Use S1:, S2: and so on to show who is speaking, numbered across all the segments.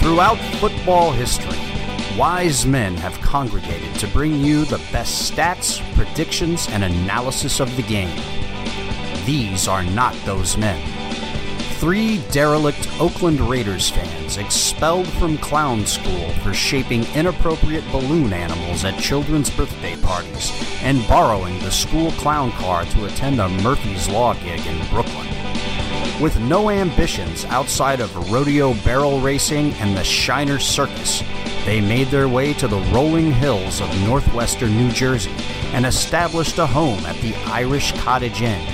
S1: Throughout football history, wise men have congregated to bring you the best stats, predictions, and analysis of the game. These are not those men. Three derelict Oakland Raiders fans expelled from clown school for shaping inappropriate balloon animals at children's birthday parties and borrowing the school clown car to attend a Murphy's Law gig in Brooklyn. With no ambitions outside of rodeo barrel racing and the Shiner Circus, they made their way to the rolling hills of northwestern New Jersey and established a home at the Irish Cottage Inn.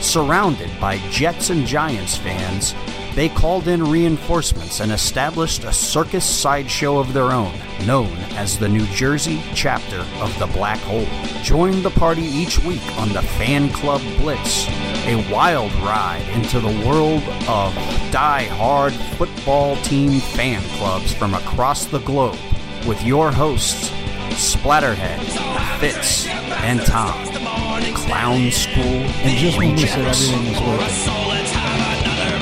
S1: Surrounded by Jets and Giants fans, they called in reinforcements and established a circus sideshow of their own, known as the New Jersey chapter of the Black Hole. Join the party each week on the Fan Club Blitz, a wild ride into the world of die-hard football team fan clubs from across the globe with your hosts, Splatterhead, Fitz, and Tom. Clown School
S2: And just when we said
S1: Rejects.
S2: everything was working,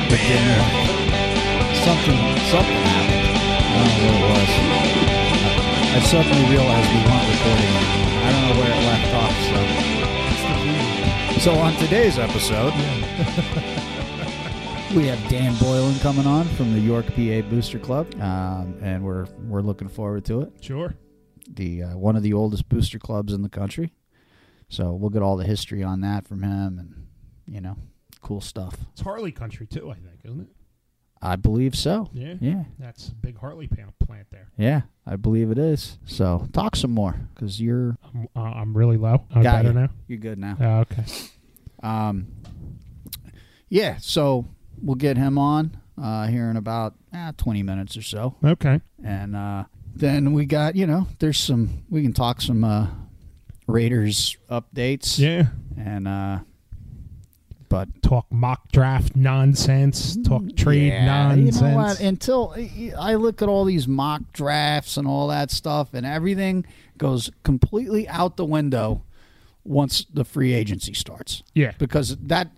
S2: but then uh, something something happened. I don't know what it was. I suddenly realized we weren't recording. I don't know where it left off. So, so on today's episode, we have Dan Boylan coming on from the York PA Booster Club, um, and we're we're looking forward to it.
S3: Sure.
S2: The uh, one of the oldest booster clubs in the country. So we'll get all the history on that from him, and you know, cool stuff.
S3: It's Harley country too, I think, isn't it?
S2: I believe so.
S3: Yeah.
S2: Yeah.
S3: That's a big Harley pan- plant there.
S2: Yeah. I believe it is. So talk some more because you're
S3: I'm, uh, I'm really low. I'm
S2: Got
S3: better
S2: you.
S3: now.
S2: you're good now.
S3: Oh, okay.
S2: Um, yeah. So we'll get him on uh, here in about eh, 20 minutes or so,
S3: Okay.
S2: and uh, then we got you know there's some we can talk some uh, Raiders updates.
S3: Yeah.
S2: And uh, but
S3: Talk mock draft nonsense. Talk trade
S2: Mm, Yeah,
S3: nonsense.
S2: You know what? Until I look at all these mock drafts and all that stuff, and everything goes completely out the window once the free agency starts.
S3: Yeah.
S2: Because that,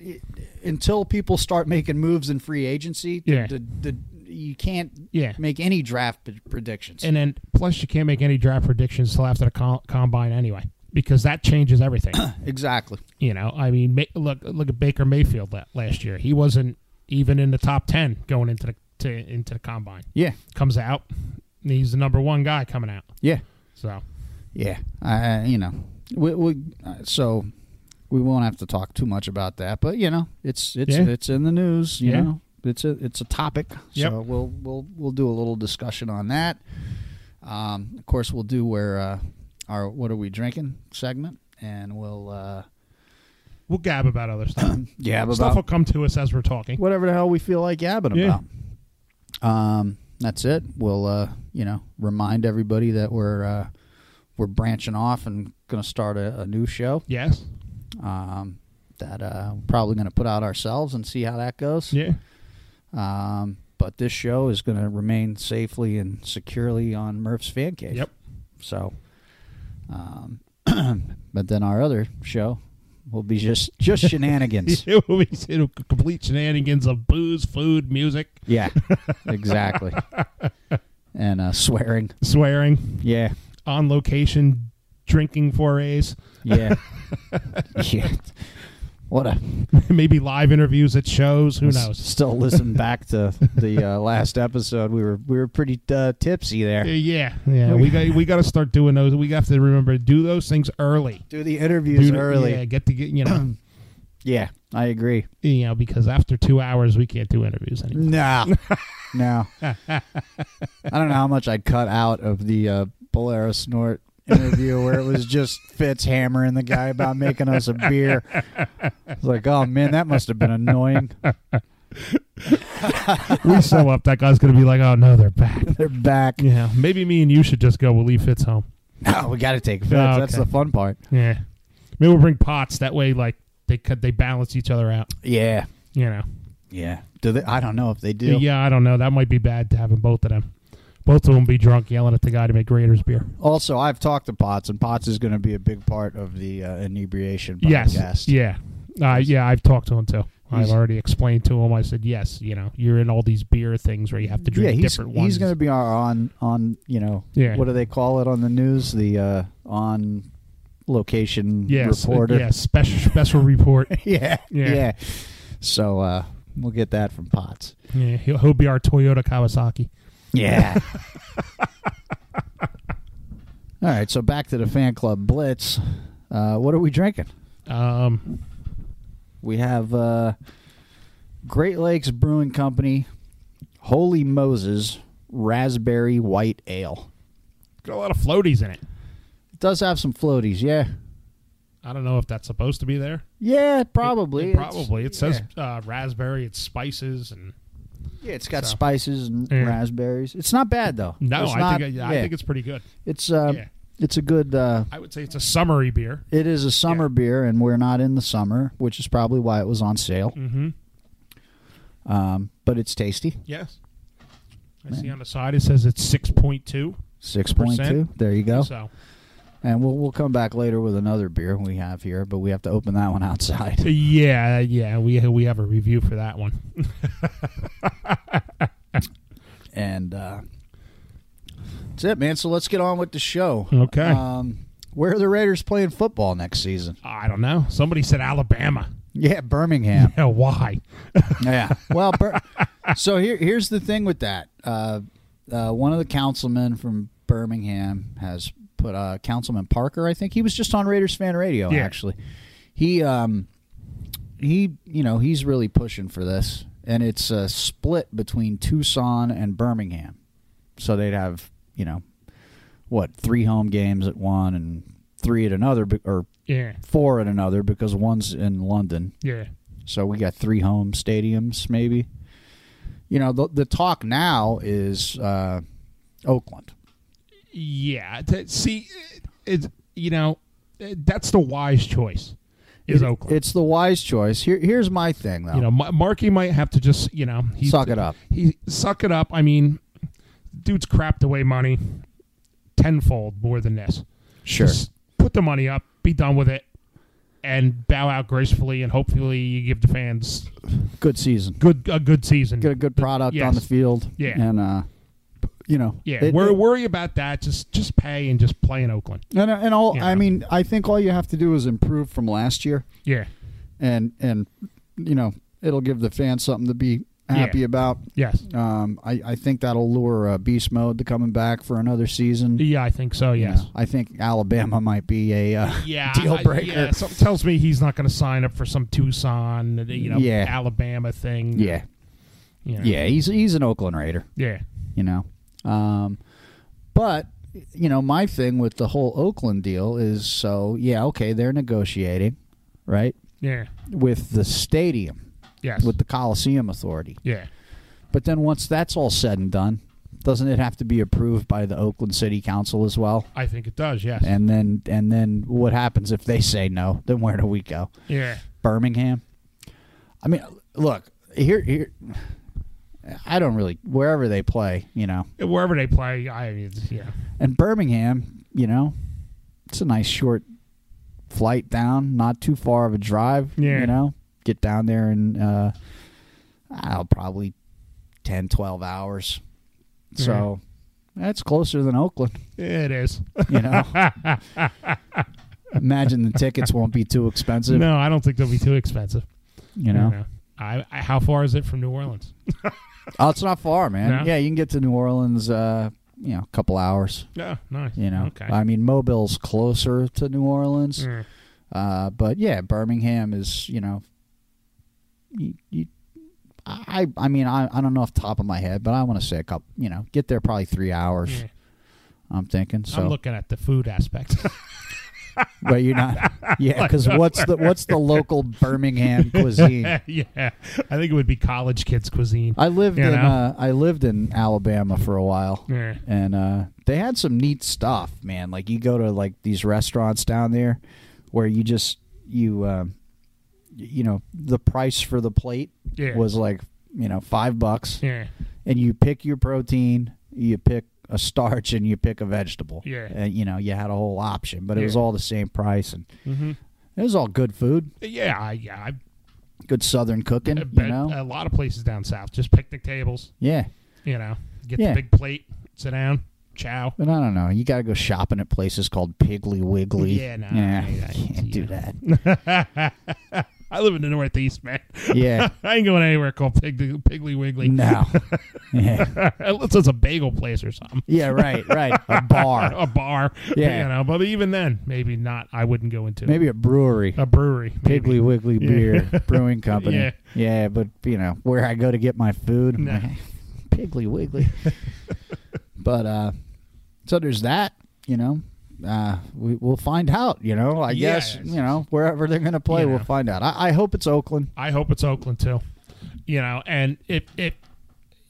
S2: until people start making moves in free agency, the-
S3: Yeah.
S2: the, the, you can't
S3: Yeah.
S2: make any draft p- predictions.
S3: and then plus you can't make any draft predictions till after the com- combine anyway because that changes everything.
S2: exactly.
S3: you know, I mean, ma- look look at Baker Mayfield la- last year. He wasn't even in the top 10 going into the to, into the combine.
S2: Yeah.
S3: Comes out, and he's the number 1 guy coming out.
S2: Yeah.
S3: So,
S2: Yeah, I you know, we, we uh, so
S4: we won't have to talk too much about that, but you know, it's it's
S3: Yeah.
S4: it's in the news. You
S3: Yeah.
S4: know, it's a it's a topic,
S3: Yep.
S4: so we'll we'll we'll do a little discussion on that. Um, of course, we'll do where uh, our what are we drinking segment, and we'll uh,
S3: We'll gab about other stuff.
S4: yeah
S3: stuff will come to us as we're talking.
S4: whatever the hell we feel like yabbing
S3: Yeah.
S4: about. Um, that's it. We'll uh, you know remind everybody that we're uh, we're branching off and going to start a, a new show
S3: Yes.
S4: um, that uh, we're probably going to put out ourselves and see how that goes.
S3: Yeah.
S4: Um, but this show is going to remain safely and securely on Murph's Fan Cave.
S3: Yep.
S4: So, um, but then our other show will be just just shenanigans.
S3: It will be it will complete shenanigans of booze, food, music,
S4: Yeah, exactly. and uh, swearing.
S3: swearing,
S4: Yeah,
S3: on location drinking forays,
S4: yeah, yeah. What a
S3: maybe live interviews at shows. Who knows?
S4: Still listen back to the uh, last episode. We were we were pretty uh, tipsy
S3: Uh,
S4: there.
S3: Yeah, yeah. We got we got to start doing those. We have to remember to do those things early.
S4: Do the interviews
S3: Do-
S4: early.
S3: Yeah,
S4: Yeah.
S3: get to get you know,
S4: I agree.
S3: you know, because after two hours we can't do interviews anymore.
S4: No, no. I don't know how much I cut out of the uh, Bolero snort interview where it was just Fitz hammering the guy about making us a beer. It's like, oh man, that must have been annoying.
S3: we show up, that guy's gonna be like, "Oh no, they're back."
S4: They're back.
S3: Yeah, maybe me and you should just go. We'll leave Fitz home.
S4: No, we got to take Fitz.
S3: Oh,
S4: That's
S3: okay.
S4: the fun part.
S3: Yeah, maybe we'll bring pots. That way, like they could they balance each other out.
S4: Yeah,
S3: You know.
S4: yeah. Do they? I don't know if they do.
S3: Yeah, I don't know. That might be bad to having both of them. Both of them be drunk yelling at the guy to make Raiders beer.
S4: Also, I've talked to Potts, and Potts is going to be a big part of the uh, inebriation podcast.
S3: Yes. Yeah. Uh, yeah, I've talked to him too. I've
S4: He's-
S3: already explained to him. I said, yes, you know, you're in all these beer things where you have to
S4: Yeah,
S3: drink
S4: he's,
S3: different ones.
S4: he's going to be our on on you know
S3: Yeah.
S4: what do they call it on the news the uh, on location
S3: yes, uh,
S4: reporter
S3: Yes, special special report.
S4: yeah,
S3: Yeah.
S4: yeah so uh, we'll get that from Potts
S3: Yeah, he'll, he'll be our Toyota Kawasaki.
S4: yeah all right so back to the fan club blitz uh, what are we drinking
S3: Um,
S4: We have uh, Great Lakes Brewing Company, Holy Moses Raspberry White Ale.
S3: got a lot of floaties in it.
S4: It does have some floaties, yeah.
S3: I don't know if that's supposed to be there.
S4: Yeah, probably.
S3: It probably. It
S4: It's-
S3: says uh, raspberry. It's spices and
S4: Yeah, it's got
S3: so.
S4: spices and
S3: Yeah.
S4: raspberries. It's not bad though.
S3: no.
S4: It's
S3: I
S4: not-
S3: think I, I
S4: yeah.
S3: think it's pretty good.
S4: it's uh,
S3: yeah.
S4: it's a good. Uh,
S3: I would say it's a summery beer.
S4: it is a summer
S3: Yeah.
S4: beer, and we're not in the summer, which is probably why it was on sale.
S3: Mm-hmm.
S4: Um, but it's tasty.
S3: Yes. I see on the side it says it's six point two.
S4: Six point two. There you go.
S3: So
S4: And we'll we'll come back later with another beer we have here, but we have to open that one outside.
S3: yeah, yeah, we we have a review for that one.
S4: And uh, that's it, man. So let's get on with the show.
S3: Okay.
S4: Um, where are the Raiders playing football next season?
S3: I don't know. Somebody said Alabama.
S4: Yeah, Birmingham.
S3: Yeah, why?
S4: yeah. Well, Bir- so here here's the thing with that. Uh, uh, one of the councilmen from Birmingham has put uh, Councilman Parker. I think he was just on Raiders Fan Radio.
S3: Yeah.
S4: Actually, he um he you know he's really pushing for this, and it's a split between Tucson and Birmingham, so they'd have you know what three home games at one and three at another be- or
S3: Yeah,
S4: four at another because one's in London.
S3: yeah,
S4: So we got three home stadiums, maybe. You know, the the talk now is uh, Oakland.
S3: yeah. T- see, it's you know, eh, that's the wise choice. Is
S4: It-
S3: Oakland?
S4: It's the wise choice. Here, here's my thing though.
S3: you know, Ma- Marky might have to just you know he
S4: Suck it up.
S3: He suck it up. I mean, dude's crapped away money tenfold more than this.
S4: sure.
S3: Just put the money up, be done with it, and bow out gracefully, and hopefully you give the fans
S4: Good season.
S3: good a good season.
S4: Get a good product
S3: Yes.
S4: on the field.
S3: Yeah.
S4: And uh, you know,
S3: Yeah,
S4: it-
S3: worry,
S4: it-
S3: worry about that. Just just pay and just play in Oakland.
S4: and, and all.
S3: Yeah.
S4: I mean, I think all you have to do is improve from last year,
S3: Yeah,
S4: and and you know, it'll give the fans something to be happy
S3: Yeah.
S4: about.
S3: Yes.
S4: Um, I, I think that'll lure uh, Beast Mode to coming back for another season.
S3: Yeah, I think so.
S4: You
S3: Yes.
S4: know, I think Alabama might be a uh,
S3: Yeah,
S4: deal
S3: I-
S4: breaker.
S3: yeah, something tells me he's not going to sign up for some Tucson, you know,
S4: Yeah.
S3: Alabama thing.
S4: yeah,
S3: you know.
S4: yeah. He's he's an Oakland Raider.
S3: yeah.
S4: you know. Um, but you know, my thing with the whole Oakland deal is so yeah, okay, they're negotiating, right,
S3: Yeah.
S4: with the stadium,
S3: Yes.
S4: with the Coliseum Authority.
S3: yeah.
S4: But then once that's all said and done, doesn't it have to be approved by the Oakland City Council as well?
S3: I think it does. Yes.
S4: And then and then what happens if they say no? Then where do we go?
S3: yeah.
S4: Birmingham. I mean, look here. Here, I don't really wherever they play. You know,
S3: Wherever they play, I it's- yeah.
S4: And Birmingham, you know, it's a nice short flight down, not too far of a drive.
S3: Yeah.
S4: You know, get down there in, uh, I'll probably 10, 12 hours. So that's closer than Oakland,
S3: It is.
S4: you know. Imagine the tickets won't be too expensive,
S3: no, I don't think they'll be too expensive.
S4: you know.
S3: You know. I, I how far is it from New Orleans?
S4: Oh, it's not far, man.
S3: No?
S4: Yeah, you can get to New Orleans, uh, you know, a couple hours.
S3: Yeah, nice.
S4: You know,
S3: okay. Mm.
S4: I mean, Mobile's closer to New Orleans.
S3: Yeah.
S4: Uh, but yeah, Birmingham is you know, you, you I I mean I, I don't know off the top of my head, but I want to say a couple. You know, get there probably three hours.
S3: Yeah.
S4: I'm thinking
S3: I'm
S4: so.
S3: looking at the food aspect.
S4: But you're not, yeah. Because what's the what's the local Birmingham cuisine?
S3: yeah, I think it would be college kids' cuisine.
S4: I lived
S3: You
S4: in
S3: know?
S4: uh, I lived in Alabama for a while,
S3: Yeah.
S4: and uh, they had some neat stuff, man. Like you go to like these restaurants down there, where you just you um, y- you know the price for the plate
S3: Yeah.
S4: was like you know five bucks,
S3: yeah,
S4: and you pick your protein, you pick a starch, and you pick a vegetable.
S3: Yeah.
S4: and you know you had a whole option, but it was
S3: Yeah.
S4: all the same price, and
S3: hmm
S4: it was all good food,
S3: yeah, I, yeah. I
S4: good Southern cooking,
S3: I
S4: you
S3: bet uh, a
S4: know.
S3: lot of places down south just picnic tables.
S4: yeah,
S3: You know, get
S4: Yeah.
S3: the big plate, sit down, chow.
S4: But I don't know. You got to go shopping at places called Piggly Wiggly.
S3: Yeah, no,
S4: yeah,
S3: I- I-
S4: can't do
S3: yeah.
S4: that.
S3: I live in the Northeast, man.
S4: Yeah,
S3: I ain't going anywhere called Pig- Piggly Wiggly.
S4: no. Yeah,
S3: Unless it's a bagel place or something.
S4: yeah, right, right. A bar,
S3: A bar.
S4: Yeah.
S3: You know, but even then, maybe not. I wouldn't go into
S4: maybe a brewery.
S3: a brewery. maybe.
S4: Piggly Wiggly
S3: Yeah.
S4: Beer Brewing Company.
S3: Yeah.
S4: Yeah, but you know where I go to get my food, I'm
S3: No.
S4: like, Piggly Wiggly. but uh, so there's that. You know, uh, we we'll find out. You know, I
S3: Yeah,
S4: guess
S3: it's-
S4: you know wherever they're gonna play,
S3: You
S4: we'll
S3: know.
S4: find out. I, I hope it's Oakland.
S3: I hope it's Oakland too. You know, and if if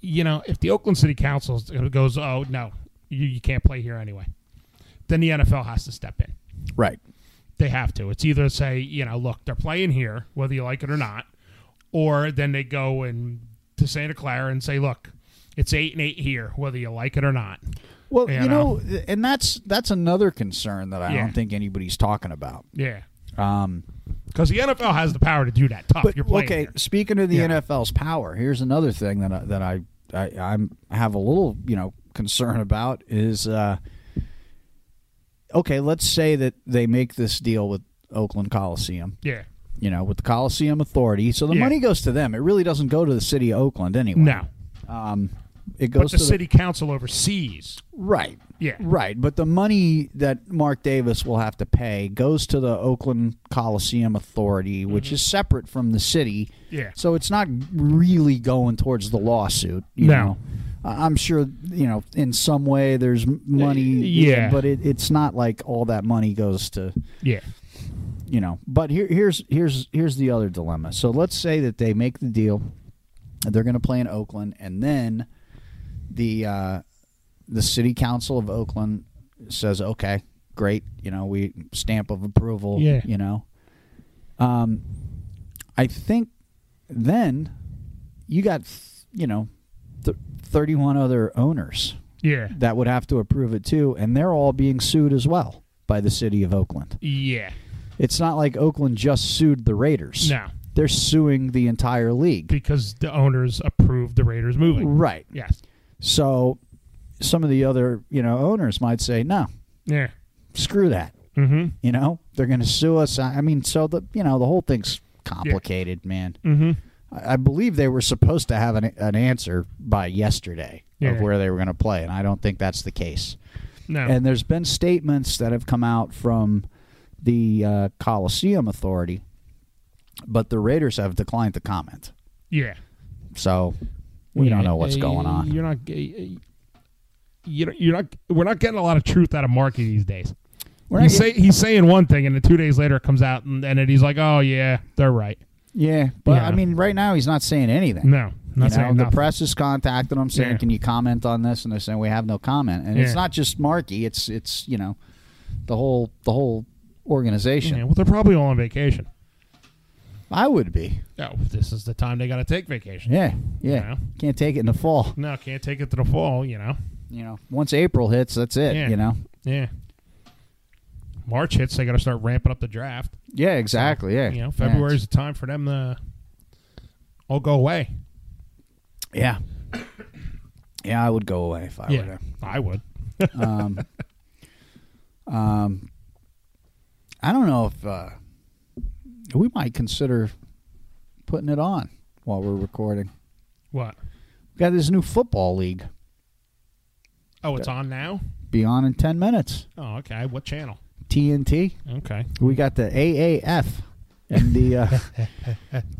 S3: you know if the Oakland City Council goes, oh no, you, you can't play here anyway, then the NFL has to step in.
S4: Right.
S3: They have to. It's either say, you know, look, they're playing here, whether you like it or not, or then they go and to Santa Clara and say, look, it's eight and eight here, whether you like it or not.
S4: Well,
S3: You
S4: you know, and that's that's another concern that I
S3: Yeah.
S4: don't think anybody's talking about.
S3: Yeah,
S4: Um,
S3: because the NFL has the power to do that. Tough,
S4: but
S3: you're playing.
S4: okay,
S3: here.
S4: speaking of the
S3: Yeah.
S4: NFL's power, here's another thing that I, that I, I I'm have a little you know concern about is uh, okay. Let's say that they make this deal with Oakland Coliseum,
S3: Yeah,
S4: you know, with the Coliseum Authority. So the
S3: Yeah.
S4: money goes to them. It really doesn't go to the city of Oakland anyway.
S3: no,
S4: um, it
S3: but
S4: goes
S3: the
S4: to
S3: city council oversees.
S4: Right.
S3: Yeah.
S4: Right. But the money that Mark Davis will have to pay goes to the Oakland Coliseum Authority, which is separate from the city.
S3: Mm-hmm. Yeah.
S4: So it's not really going towards the lawsuit. You
S3: No.
S4: Know? I- I'm sure, you know, in some way there's m- money.
S3: yeah.
S4: But it, it's not like all that money goes to,
S3: Yeah,
S4: you know. But here, here's here's here's the other dilemma. So let's say that they make the deal, they're going to play in Oakland, and then the uh, the city council of Oakland says, "Okay, great, you know, we stamp of approval."
S3: Yeah.
S4: you know. Um, I think then you got you know th- thirty one other owners
S3: yeah,
S4: that would have to approve it too, and they're all being sued as well by the city of Oakland.
S3: yeah.
S4: It's not like Oakland just sued the Raiders.
S3: No.
S4: They're suing the entire league.
S3: because the owners approved the Raiders moving.
S4: Right.
S3: Yes.
S4: So some of the other, you know, owners might say, "No,
S3: Yeah.
S4: screw that."
S3: Mm-hmm.
S4: You know, they're going to sue us. I I mean, so the, you know, the whole thing's complicated, man.
S3: Mm-hmm.
S4: I I believe they were supposed to have an, an answer by yesterday
S3: Yeah.
S4: of where they were going to play, and I don't think that's the case.
S3: No.
S4: And there's been statements that have come out from the uh, Coliseum Authority, but the Raiders have declined to comment.
S3: yeah.
S4: So we
S3: Yeah,
S4: don't know what's
S3: uh,
S4: going on.
S3: You're not. uh, You don't- you're not. We're not getting a lot of truth out of Marky these days.
S4: We're not
S3: He's, say, he's saying one thing, and then two days later it comes out, and, and then he's like, "Oh yeah, they're right."
S4: Yeah, but
S3: Yeah.
S4: I mean, right now he's not saying anything.
S3: No, not
S4: you know,
S3: saying
S4: the
S3: nothing.
S4: press is contacting him saying,
S3: Yeah.
S4: "Can you comment on this?" And they're saying, "We have no comment." And
S3: Yeah.
S4: it's not just Markey; it's it's you know, the whole the whole organization.
S3: Yeah, well, they're probably all on vacation.
S4: I would be.
S3: Oh, this is the time they got to take vacation.
S4: Yeah, yeah.
S3: Yeah.
S4: Can't take it in the fall.
S3: No, can't take it to the fall. You know.
S4: You know, once April hits, that's it.
S3: Yeah.
S4: You know.
S3: Yeah. March hits, they got to start ramping up the draft.
S4: Yeah, exactly. Yeah.
S3: You know,
S4: Yeah,
S3: February's the time for them to all go away.
S4: it's- Yeah. Yeah, I would go away if I were
S3: Yeah,
S4: there.
S3: I would.
S4: Um, um, I don't know if uh, we might consider putting it on while we're recording.
S3: What?
S4: We got this new football league.
S3: Oh, it's on now.
S4: Be on in ten minutes.
S3: Oh, okay. What channel?
S4: TNT.
S3: Okay.
S4: We got the AAF and the uh,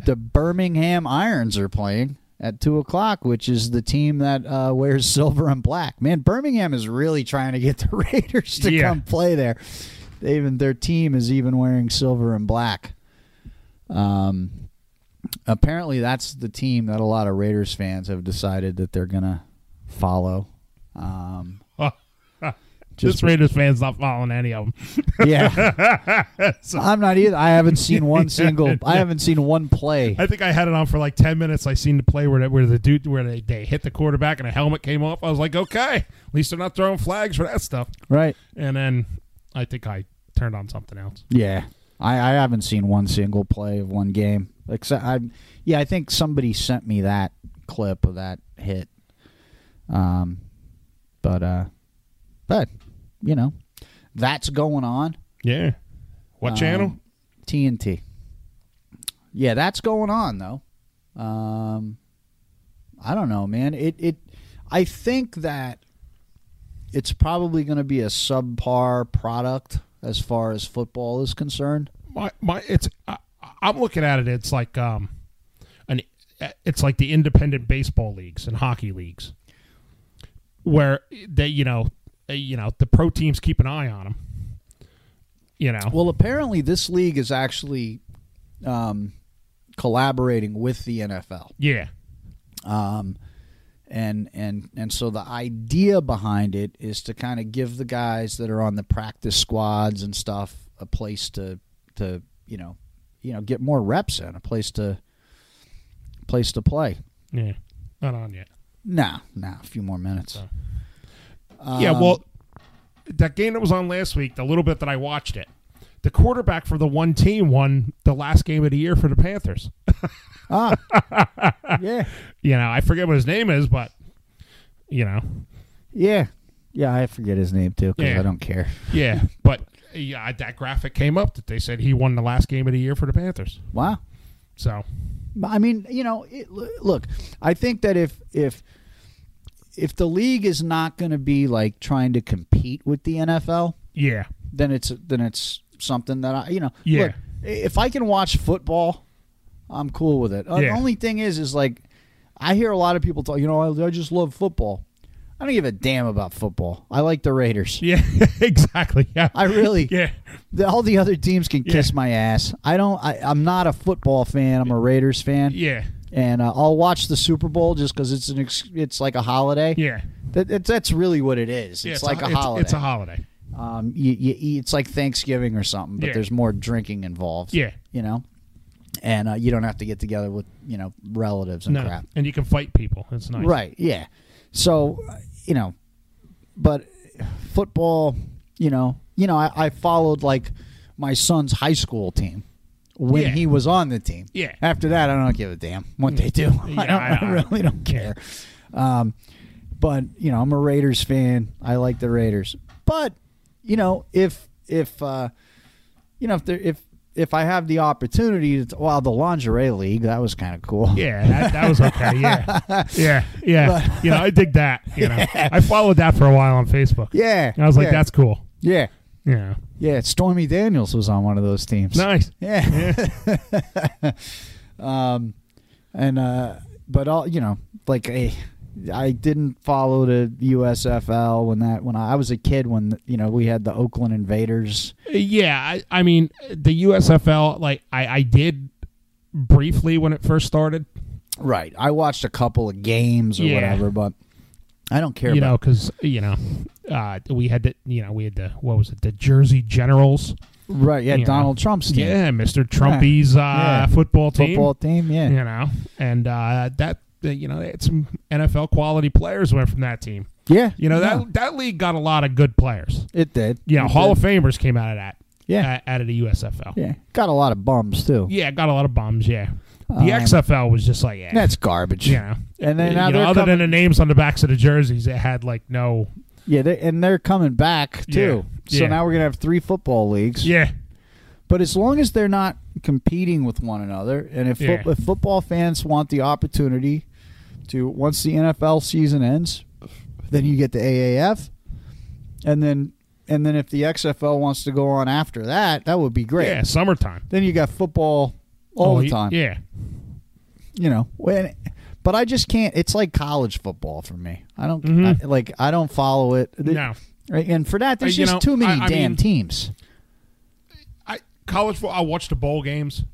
S4: the Birmingham Irons are playing at two o'clock, which is the team that uh, wears silver and black. Man, Birmingham is really trying to get the Raiders to
S3: Yeah.
S4: come play there. They even their team is even wearing silver and black. Um, apparently that's the team that a lot of Raiders fans have decided that they're gonna follow. Um,
S3: Just
S4: Just-
S3: Raiders fans not following any of them.
S4: yeah, I'm not either. I haven't seen one single. I haven't seen one play.
S3: I think I had it on for like ten minutes. I seen the play where the, where the dude where they, they hit the quarterback and a helmet came off. I was like, okay, at least they're not throwing flags for that stuff.
S4: Right.
S3: And then I think I turned on something else.
S4: Yeah. I, I haven't seen one single play of one game. Except I yeah, I think somebody sent me that clip of that hit. Um but uh but you know, that's going on.
S3: Yeah. Um, What channel?
S4: TNT. Yeah, that's going on though. Um, I don't know, man. It it I think that it's probably going to be a subpar product as far as football is concerned.
S3: my my it's I, I'm looking at it. It's like um, an it's like the independent baseball leagues and hockey leagues, where they you know eh, you know the pro teams keep an eye on them. You know,
S4: Well, apparently this league is actually um, collaborating with the NFL.
S3: yeah,
S4: um, and and and so the idea behind it is to kind of give the guys that are on the practice squads and stuff a place to to you know you know get more reps in a place to place to play.
S3: yeah, not on yet.
S4: Nah, nah, a few more minutes.
S3: yeah, well, that game that was on last week, the little bit that I watched it, the quarterback for the one team won the last game of the year for the Panthers.
S4: Yeah,
S3: You know, I forget what his name is, but you know,
S4: yeah, yeah. I forget his name too because
S3: Yeah.
S4: I don't care.
S3: Yeah, but yeah, that graphic came up that they said he won the last game of the year for the Panthers.
S4: Wow.
S3: So
S4: I mean, you know, it, l- look, I think that if if if the league is not going to be like trying to compete with the NFL,
S3: yeah,
S4: then it's then it's something that I, you know,
S3: Yeah.
S4: look, i- if I can watch football, I'm cool with it. Uh,
S3: Yeah.
S4: The only thing is, is like I hear a lot of people talk. You know, I, I just love football. I don't give a damn about football. I like the Raiders.
S3: yeah, exactly. Yeah,
S4: I really,
S3: yeah,
S4: the, all the other teams can kiss
S3: Yeah.
S4: my ass. I don't. I, I'm not a football fan. I'm a Raiders fan
S3: yeah,
S4: and uh, I'll watch the Super Bowl just because it's an ex- it's like a holiday.
S3: yeah.
S4: That, that- that's really what it is. It's,
S3: Yeah,
S4: like a,
S3: it's,
S4: holiday.
S3: It's a holiday.
S4: um, you, you eat, it's like Thanksgiving or something, but
S3: Yeah.
S4: there's more drinking involved.
S3: Yeah.
S4: you know, and uh, you don't have to get together with you know relatives and
S3: No,
S4: crap.
S3: and you can fight people. It's nice.
S4: Right. Yeah. So, uh, you know, but football, you know, you know, I, I followed like my son's high school team when
S3: Yeah.
S4: he was on the team.
S3: Yeah.
S4: After that, I don't give a damn what they do. I, don't,
S3: I-
S4: I,
S3: I-
S4: really don't care. Um, but you know, I'm a Raiders fan. I like the Raiders. But you know, if if uh, you know if there if if I have the opportunity, to, well, the lingerie league that was kind of cool.
S3: Yeah, that, that was okay. Yeah, yeah, yeah. you know, I dig that. You know, I followed that for a while on Facebook.
S4: Yeah,
S3: And I was like,
S4: yeah,
S3: that's cool.
S4: yeah,
S3: Yeah,
S4: yeah. Stormy Daniels was on one of those teams.
S3: nice.
S4: Yeah. um, and uh, but all you know, like I, I didn't follow the USFL when that when I, I was a kid when you know we had the Oakland Invaders.
S3: Yeah, I, I mean the USFL. Like I, I did briefly when it first started.
S4: Right. I watched a couple of games or
S3: Yeah.
S4: whatever, but I don't care
S3: You know,
S4: about.
S3: because you know, uh, we had the you know we had the what was it the Jersey Generals.
S4: right. Yeah.
S3: you know.
S4: Donald Trump's team.
S3: Yeah, Mr. Trumpy's uh,
S4: Yeah.
S3: football team.
S4: Football team. Yeah.
S3: You know, and uh, that uh, you know they had some NFL quality players went from that team.
S4: Yeah.
S3: You know that
S4: No,
S3: that league got a lot of good players.
S4: it did.
S3: You know,
S4: It
S3: Hall
S4: did.
S3: of Famers came out of that.
S4: Yeah.
S3: uh, out of the USFL.
S4: Yeah. Got a lot of bums too.
S3: Yeah, got a lot of bums. Yeah, the
S4: Um,
S3: XFL was just like yeah,
S4: That's garbage.
S3: you know.
S4: And then
S3: You
S4: now
S3: know,
S4: they're
S3: other
S4: coming,
S3: than the names on the backs of the jerseys, it had like no.
S4: yeah, they, and they're coming back too.
S3: Yeah.
S4: So
S3: Yeah.
S4: now we're gonna have three football leagues.
S3: Yeah,
S4: But as long as they're not competing with one another, and if,
S3: Yeah.
S4: fo- if football fans want the opportunity to, once the NFL season ends, then you get the AAF, and then and then if the XFL wants to go on after that, that would be great.
S3: yeah, summertime
S4: Then you got football all
S3: Oh, y-
S4: the time.
S3: Yeah,
S4: You know when. But I just can't. It's like college football for me. I don't I- like. I don't follow it.
S3: Mm-hmm. No.
S4: Right, And for that, there's
S3: Uh, you
S4: just
S3: know,
S4: too many
S3: I- I
S4: damn
S3: mean-
S4: teams.
S3: I college football. I watch the bowl games.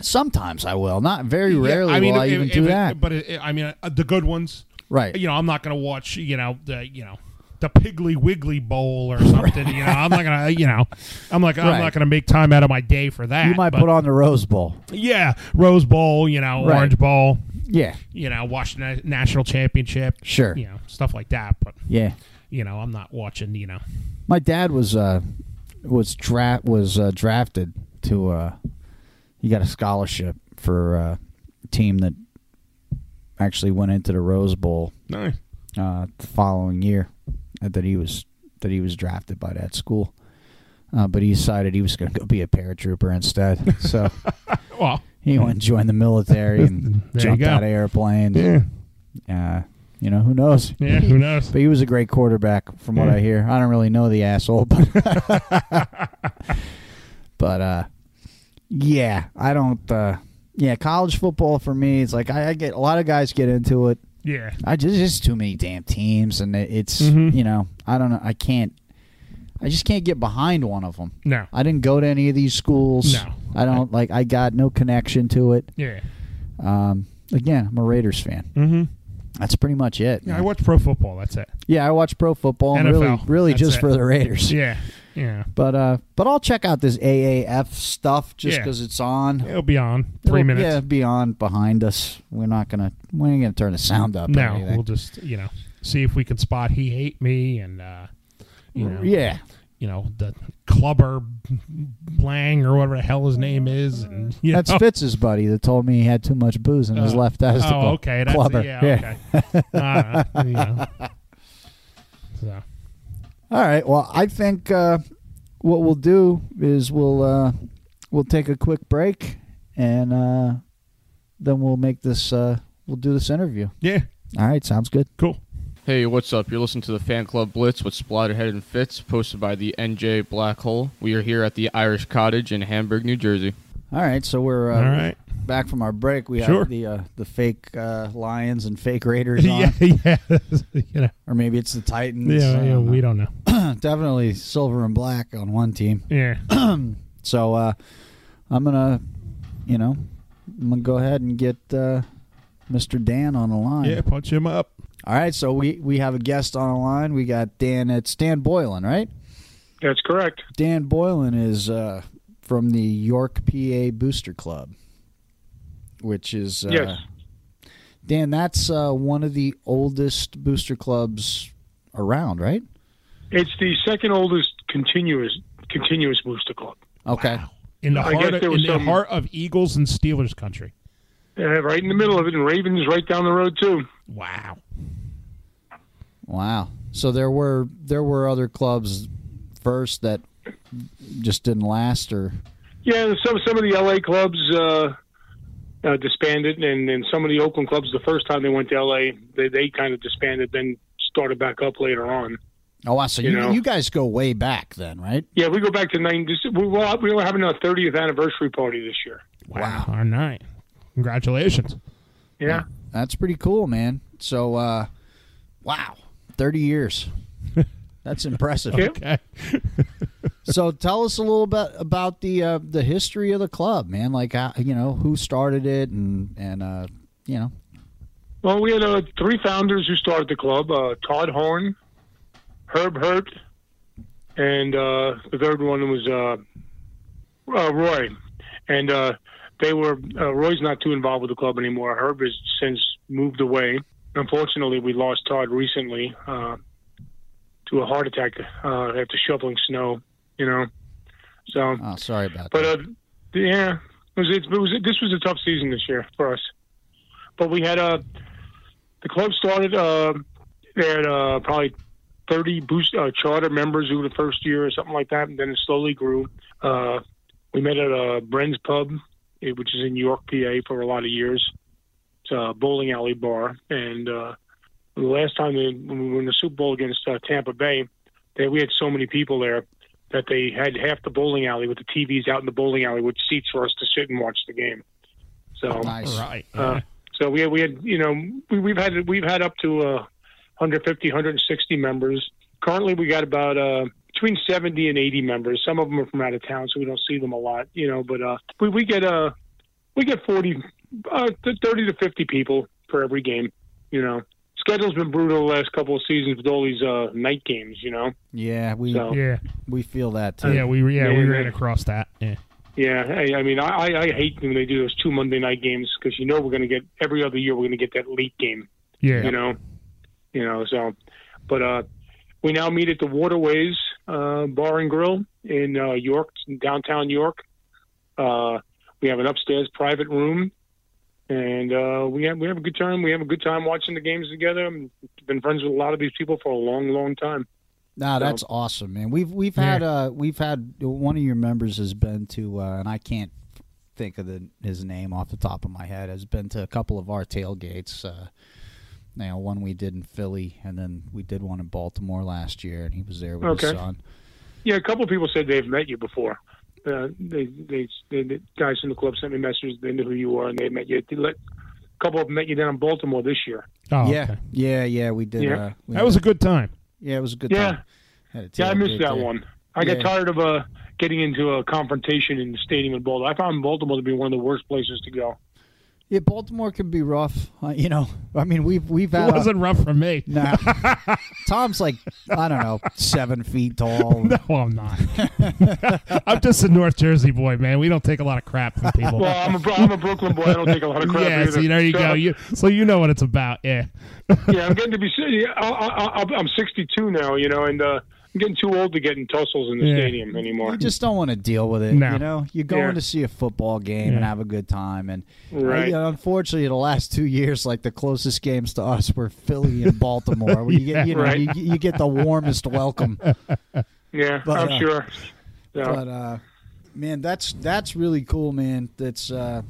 S4: Sometimes I will. Not very rarely
S3: yeah, I mean,
S4: will I
S3: if-
S4: even
S3: if-
S4: do
S3: if it-
S4: that.
S3: But it, it- I mean, uh, the good ones.
S4: Right.
S3: You know, I'm not going to watch. You know, the you know the Piggly Wiggly Bowl or something. You know, I'm not going to. You know, I'm like
S4: Right.
S3: I'm not going to make time out of my day for that.
S4: You might
S3: but-
S4: put on the Rose Bowl.
S3: yeah Rose Bowl. You know,
S4: Right.
S3: Orange Bowl.
S4: Yeah.
S3: You know, Washington National Championship.
S4: Sure.
S3: You know, stuff like that. But
S4: Yeah.
S3: you know, I'm not watching. You know,
S4: My dad was uh was draft was uh, drafted to uh he got a scholarship for uh a team that actually went into the Rose Bowl
S3: nice.
S4: uh the following year that he was that he was drafted by that school. Uh, but he decided he was going to go be a paratrooper instead. So
S3: Well,
S4: he went and joined the military and
S3: There you
S4: jumped
S3: go.
S4: out of airplanes. Uh, you know, who knows?
S3: yeah. Who knows?
S4: But he was a great quarterback, from what I hear. I don't really know the asshole, but but uh, yeah, I don't. Uh, yeah, college football for me, it's like I, I get a lot of guys get into it.
S3: Yeah.
S4: I just there's just too many damn teams, and it, it's
S3: Mhm.
S4: you know I don't know I can't. I just can't get behind one of them.
S3: No.
S4: I didn't go to any of these schools.
S3: No.
S4: I don't like. I got no connection to it.
S3: Yeah.
S4: Um, again, I'm a Raiders fan.
S3: Mm-hmm.
S4: That's pretty much it.
S3: Yeah. I
S4: man.
S3: watch pro football. That's it.
S4: Yeah, I watch pro football. and
S3: NFL.
S4: Really, really
S3: That's
S4: just
S3: it.
S4: for the Raiders.
S3: Yeah. Yeah.
S4: But uh, but I'll check out this AAF stuff just
S3: Yeah.
S4: because it's on.
S3: It'll be on 3
S4: It'll-
S3: minutes.
S4: Yeah, be on behind us. We're not gonna. We ain't gonna turn the sound up. or
S3: No,
S4: anything.
S3: we'll just you know see if we can spot he hate me and uh, you know
S4: yeah.
S3: you know the clubber Lang or whatever the hell his name is and you
S4: That's
S3: know,
S4: Fitz's buddy that told me he had too much booze in his
S3: uh,
S4: left testicle.
S3: Oh, okay, that's
S4: Clubber.
S3: yeah, okay. All right, you know. So
S4: All right. Well, I think uh, what we'll do is we'll uh, we'll take a quick break and uh, then we'll make this. Uh, we'll do this interview.
S3: yeah,
S4: All right. Sounds good.
S3: cool.
S5: Hey, what's up? You're listening to the Fan Club Blitz with Splatterhead and Fitz, posted by the NJ Black Hole. We are here at the Irish Cottage in Hamburg, New Jersey.
S4: All right, so we're uh,
S3: All right.
S4: back from our break. We
S3: Sure.
S4: have the uh, the fake uh, Lions and fake Raiders on,
S3: Yeah, yeah, you know,
S4: or maybe it's the Titans. I
S3: yeah,
S4: don't
S3: yeah.
S4: know.
S3: We don't know.
S4: definitely silver and black on one team.
S3: Yeah,
S4: So uh, I'm gonna, you know, I'm gonna go ahead and get uh, Mr. Dan on the line.
S3: yeah. Punch him up.
S4: All right, so we we have a guest on the line. We got Dan. It's Dan Boylan, right?
S6: That's correct.
S4: Dan Boylan is uh, from the York PA Booster Club, which is uh,
S6: Yes.
S4: Dan, that's uh, one of the oldest booster clubs around, right?
S6: It's the second oldest continuous continuous booster club.
S4: Okay.
S3: In the
S6: I
S3: heart,
S6: guess
S3: of,
S6: there was
S3: in the
S6: some-
S3: heart of Eagles and Steelers country.
S6: Uh, right in the middle of it, and Ravens right down the road too.
S3: Wow.
S4: Wow. So there were there were other clubs first that just didn't last, or
S6: Yeah, and some some of the LA clubs uh, uh, disbanded, and and some of the Oakland clubs. The first time they went to LA, they they kind of disbanded, then started back up later on.
S4: Oh, wow. So you,
S6: You
S4: you,
S6: know.
S4: guys go way back then, right?
S6: Yeah, we go back to nine. this- We were we were having our 30th anniversary party this year.
S3: Wow. All right. Congratulations.
S6: Yeah,
S4: That's pretty cool, man. So, uh, wow, 30 years. That's impressive.
S6: Yeah.
S3: Okay.
S4: So tell us a little bit about the uh, the history of the club, man. Like, how, you know, who started it and, and uh, you know.
S6: Well, we had uh, three founders who started the club: uh, Todd Horn, Herb Hurt, and uh, the third one was uh, uh, Roy. And uh, they were uh, Roy's not too involved with the club anymore. Herb has since moved away. Unfortunately, we lost Todd recently uh, to a heart attack uh, after shoveling snow. You know, so
S4: Oh, sorry about
S6: but
S4: that.
S6: uh, yeah, it was, it was this was a tough season this year for us. But we had uh, the club started. Uh, they had uh, probably thirty boost uh, charter members over the first year or something like that, and then it slowly grew. Uh, we met at uh, Bren's Pub, eh, which is in York, PA, for a lot of years. It's a bowling alley bar, and uh, the last time they, when we were in the Super Bowl against uh, Tampa Bay, they, we had so many people there that they had half the bowling alley with the TVs out in the bowling alley with seats for us to sit and watch the game. So,
S4: nice.
S3: All right.
S6: uh, so we had, we had you know we, we've had we've had up to uh, 150, 160 members. Currently, we got about uh, between 70 and 80 members. Some of them are from out of town, so we don't see them a lot, you know. But uh, we we get uh, we get 40, uh, th- 30 to 50 people for every game, you know. Schedule's been brutal the last couple of seasons with all these uh, night games, you know.
S4: Yeah, we
S6: So
S3: Yeah.
S4: we feel that too.
S3: Yeah. We yeah,
S6: uh, Yeah,
S3: we
S6: yeah.
S3: ran across that. Yeah.
S6: Yeah, I, I mean, I, I I hate when they do those two Monday night games because you know we're going to get every other year we're going to get that league game,
S3: Yeah.
S6: you know, you know. So, but uh, we now meet at the Waterways uh, Bar and Grill in uh, York, downtown York. Uh, we have an upstairs private room, and uh, we have we have a good time. We have a good time watching the games together. I've been friends with a lot of these people for a long, long time.
S4: No, that's awesome, man. We've we've had uh we've had one of your members has been to uh, and I can't think of the his name off the top of my head has been to a couple of our tailgates. Uh, you know, one we did in Philly, and then we did one in Baltimore last year, and he was there with his
S6: Okay.
S4: son.
S6: Yeah, a couple of people said they've met you before. Uh, they, they, they, the guys from the club sent me messages. They knew who you were, and they met you. They let- A couple of them met you down in Baltimore this year.
S3: Oh,
S4: yeah,
S3: okay.
S4: yeah, yeah, we did.
S6: Yeah.
S4: Uh, we
S3: That was a good time.
S4: yeah, it was a good
S6: Yeah.
S4: time. Had a
S6: Yeah, I
S4: tailgate
S6: missed that
S4: there.
S6: one. I got
S4: Yeah.
S6: tired of uh, getting into a confrontation in the stadium in Baltimore. I found Baltimore to be one of the worst places to go.
S4: Yeah, Baltimore can be rough. Uh, you know, I mean, we've we've had
S3: It
S4: a-
S3: wasn't rough for me.
S4: Nah. Tom's like I don't know, seven feet tall.
S3: No, I'm not. I'm just a North Jersey boy, man. We don't take a lot of crap from people.
S6: Well, I'm a, Bro- I'm a Brooklyn boy. I don't take a lot of crap.
S3: yeah,
S6: either.
S3: so there you
S6: So,
S3: go. You so you know what it's about. Yeah.
S6: yeah, I'm getting to be. I, I, I, I'm 62 now, you know, and uh, I'm getting too old to get in tussles in the
S3: Yeah.
S6: stadium anymore.
S4: You just don't want to deal with it.
S3: No.
S4: You know, you're going
S6: Yeah.
S4: to see a football game and have a good time. And
S6: Right.
S4: you know, unfortunately, the last two years, like the closest games to us were Philly and Baltimore. where you get, you know,
S6: right.
S4: you, you get the warmest welcome.
S6: yeah,
S4: But,
S6: I'm
S4: uh,
S6: sure. So,
S4: But uh, man, that's that's really cool, man. That's uh,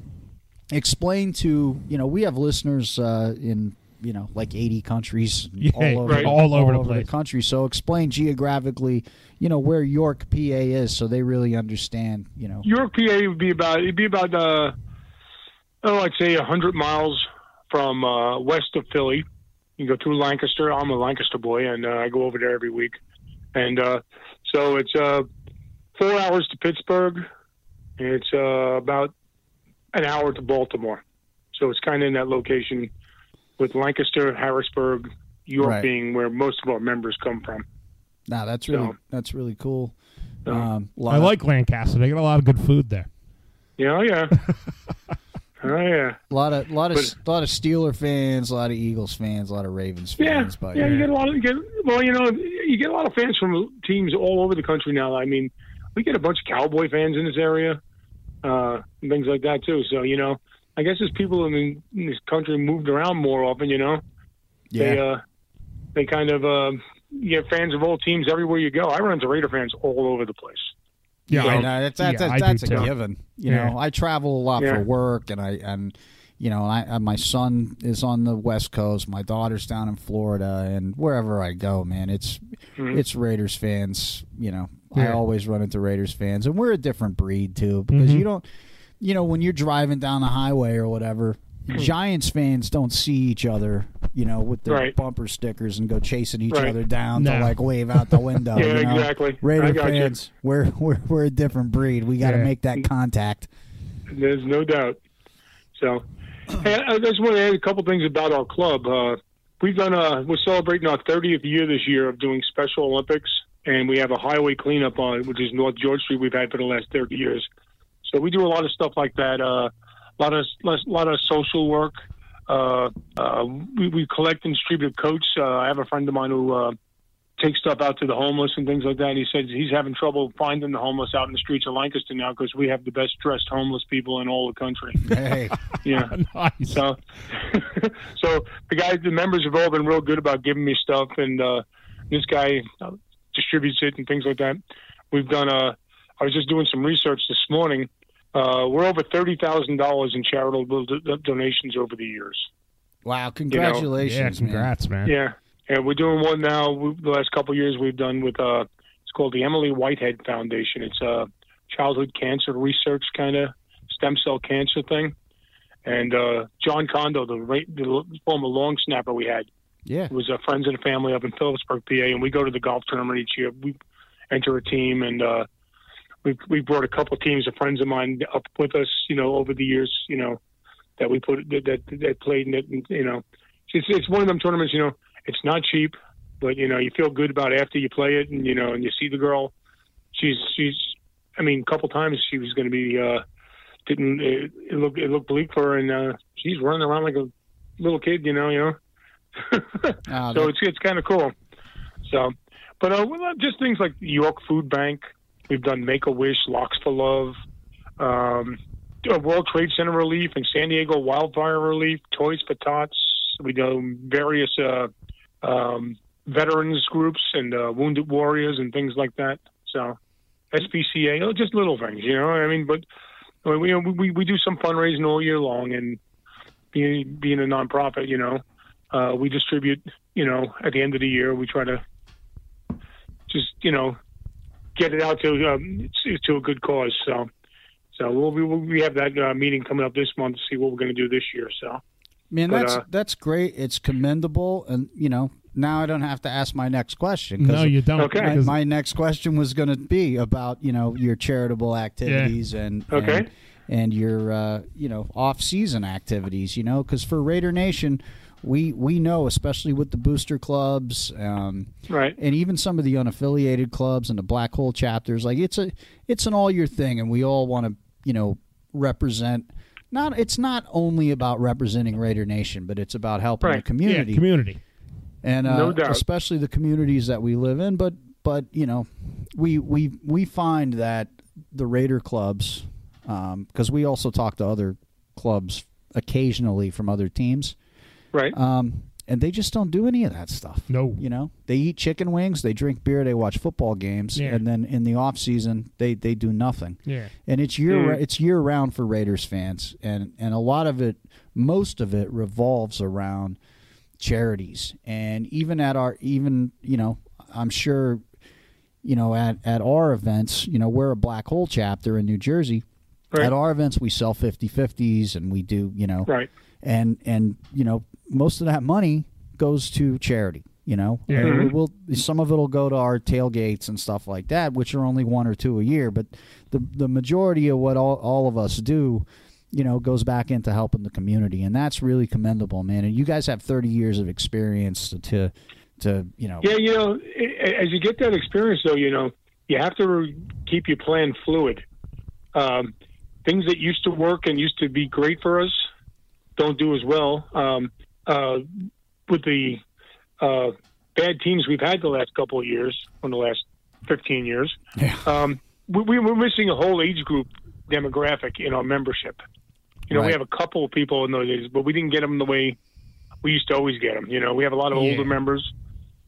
S4: explain to you know we have listeners uh, in you know like 80 countries
S3: Yeah,
S4: all over
S6: right.
S3: All over the place.
S4: country. So explain geographically, you know where York, PA is, so they really understand. You know,
S6: York, PA would be about it'd be about uh, oh, I'd say hundred miles from uh, west of Philly. You go through Lancaster. I'm a Lancaster boy, and uh, I go over there every week. And uh, so it's uh, four hours to Pittsburgh. and It's uh, about an hour to Baltimore. So it's kind of in that location with Lancaster, Harrisburg, York
S4: Right.
S6: being where most of our members come from.
S4: nah, that's really
S6: No.
S4: that's really cool.
S6: No.
S4: Um, lot
S3: I
S4: of-
S3: like Lancaster. They got a lot of good food there.
S6: Yeah, yeah. oh, yeah.
S4: a lot of lot of
S6: But-
S4: a lot of Steeler fans, a lot of Eagles fans, a lot of Ravens
S6: Yeah,
S4: fans. but
S6: yeah, you get a lot of you get well, you know, you get a lot of fans from teams all over the country now. I mean, we get a bunch of cowboy fans in this area, uh, and things like that too. So you know, I guess as people in, in this country moved around more often, you know,
S4: yeah.
S6: they uh, they um, kind of uh, you get fans of all teams everywhere you go. I run into Raider fans all over the place.
S3: Yeah, I-
S4: you know, that's that's,
S3: yeah, I do
S4: that's a
S3: too.
S4: given. You
S3: Yeah.
S4: know, I travel a lot
S6: Yeah.
S4: for work, and I and you know, I, I my son is on the West Coast, my daughter's down in Florida, and wherever I go, man, it's
S6: Mm-hmm.
S4: it's Raiders fans. You know, I
S3: Yeah.
S4: always run into Raiders fans, and we're a different breed too because
S3: Mm-hmm.
S4: you don't, you know, when you're driving down the highway or whatever.
S6: Hmm.
S4: Giants fans don't see each other, you know, with their
S6: Right.
S4: bumper stickers and go chasing each
S6: Right.
S4: other down
S3: No.
S4: to like wave out the window.
S6: Yeah,
S4: you know?
S6: exactly. I
S4: Raider
S6: got you.
S4: fans, we're, we're we're a different breed. We got to
S3: Yeah.
S4: make that contact.
S6: There's no doubt. So, hey, I I just want to add a couple things about our club. Uh, we've done a, we're celebrating our 30th year this year of doing Special Olympics, and we have a highway cleanup on, which is North George Street. We've had for the last 30 years. So we do a lot of stuff like that. Uh, a lot of lot, lot of social work. Uh, uh, we, we collect and distribute coats. Uh, I have a friend of mine who uh, takes stuff out to the homeless and things like that. He says he's having trouble finding the homeless out in the streets of Lancaster now because we have the best dressed homeless people in all the country.
S4: Hey,
S6: Yeah.
S3: nice.
S6: So, so the guys, the members have all been real good about giving me stuff, and uh, this guy uh, distributes it and things like that. We've done a. I was just doing some research this morning. Uh, we're over thirty thousand dollars in charitable do- do- donations over the years.
S4: wow!
S3: yeah,
S4: Congratulations, man.
S3: congrats, man.
S6: Yeah, and we're doing one now. We, the last couple of years we've done with uh, it's called the Emily Whitehead Foundation. It's a childhood cancer research kind of stem cell cancer thing. And uh, John Condo, the, ra- the former long snapper we had,
S4: Yeah,
S6: was a friends and family up in Phillipsburg, PA, and we go to the golf tournament each year. We enter a team, and uh, we we brought a couple teams of friends of mine up with us, you know, over the years, you know, that we put that that, that played in it, and, you know, it's it's one of them tournaments, you know, it's not cheap, but you know, you feel good about it after you play it, and you know, and you see the girl, she's she's, I mean, a couple times she was going to be. uh didn't it, it looked it looked bleak for her and uh she's running around like a little kid you know you know
S4: Ah,
S6: so
S4: that-
S6: it's it's kind of cool. So, but uh, well, uh, just things like the York Food Bank. We've done Make a Wish, Locks for Love, um, uh, World Trade Center relief, and San Diego wildfire relief. Toys for Tots. We do various uh, um, veterans groups and uh, wounded warriors and things like that. So, SPCA, oh, just little things, you know. what I mean, but I mean, we we we do some fundraising all year long, and being being a nonprofit, you know, uh, we distribute, you know, at the end of the year, we try to just, you know, get it out to um, to- to a good cause. So, so we'll, we we have that uh, meeting coming up this month to see what we're going to do this year. So,
S4: man,
S6: but,
S4: that's
S6: uh,
S4: that's great. It's commendable, and you know, now I don't have to ask my next question. 'cause
S3: No, you don't.
S6: Okay.
S4: My,
S3: because-
S4: my next question was going to be about you know your charitable activities and
S6: Okay.
S4: and, and your uh, you know off season activities. You know, because for Raider Nation, we we know especially with the booster clubs. Um,
S6: right,
S4: and even some of the unaffiliated clubs and the black hole chapters like it's a it's an all year thing and we all want to you know represent not it's not only about representing Raider Nation but it's about helping the
S6: Right.
S4: community
S3: Yeah, community.
S4: and uh,
S6: No doubt.
S4: especially the communities that we live in but but you know we we we find that the Raider clubs because we also talk to other clubs occasionally from other teams
S6: right.
S4: um, and they just don't do any of that stuff.
S3: No.
S4: you know, they eat chicken wings, they drink beer, they watch football games,
S3: Yeah.
S4: and then in the off season, they they do nothing.
S3: Yeah.
S4: And it's
S6: Mm.
S4: year it's year round for Raiders fans, and and a lot of it, most of it revolves around charities, and even at our even you know, I'm sure, you know, at at our events, you know, we're a black hole chapter in New Jersey.
S6: Right.
S4: At our events, we sell 50-50s and we do, you know,
S6: Right.
S4: and and you know most of that money goes to charity you know
S3: Yeah.
S4: Uh, we will some of it'll go to our tailgates and stuff like that which are only one or two a year but the the majority of what all, all of us do you know goes back into helping the community and that's really commendable man and you guys have 30 years of experience to to you know
S6: Yeah, you know, a- a- as you get that experience, though, you know, you have to re- keep your plan fluid. Um, things that used to work and used to be great for us don't do as well. Um, uh, with the uh, bad teams we've had the last couple of years, in the last 15 years,
S4: Yeah.
S6: um, we, we- we're missing a whole age group demographic in our membership. You know, we
S4: Right.
S6: have a couple of people in those days, but we didn't get them the way we used to always get them. You know, we have a lot of
S3: Yeah.
S6: older members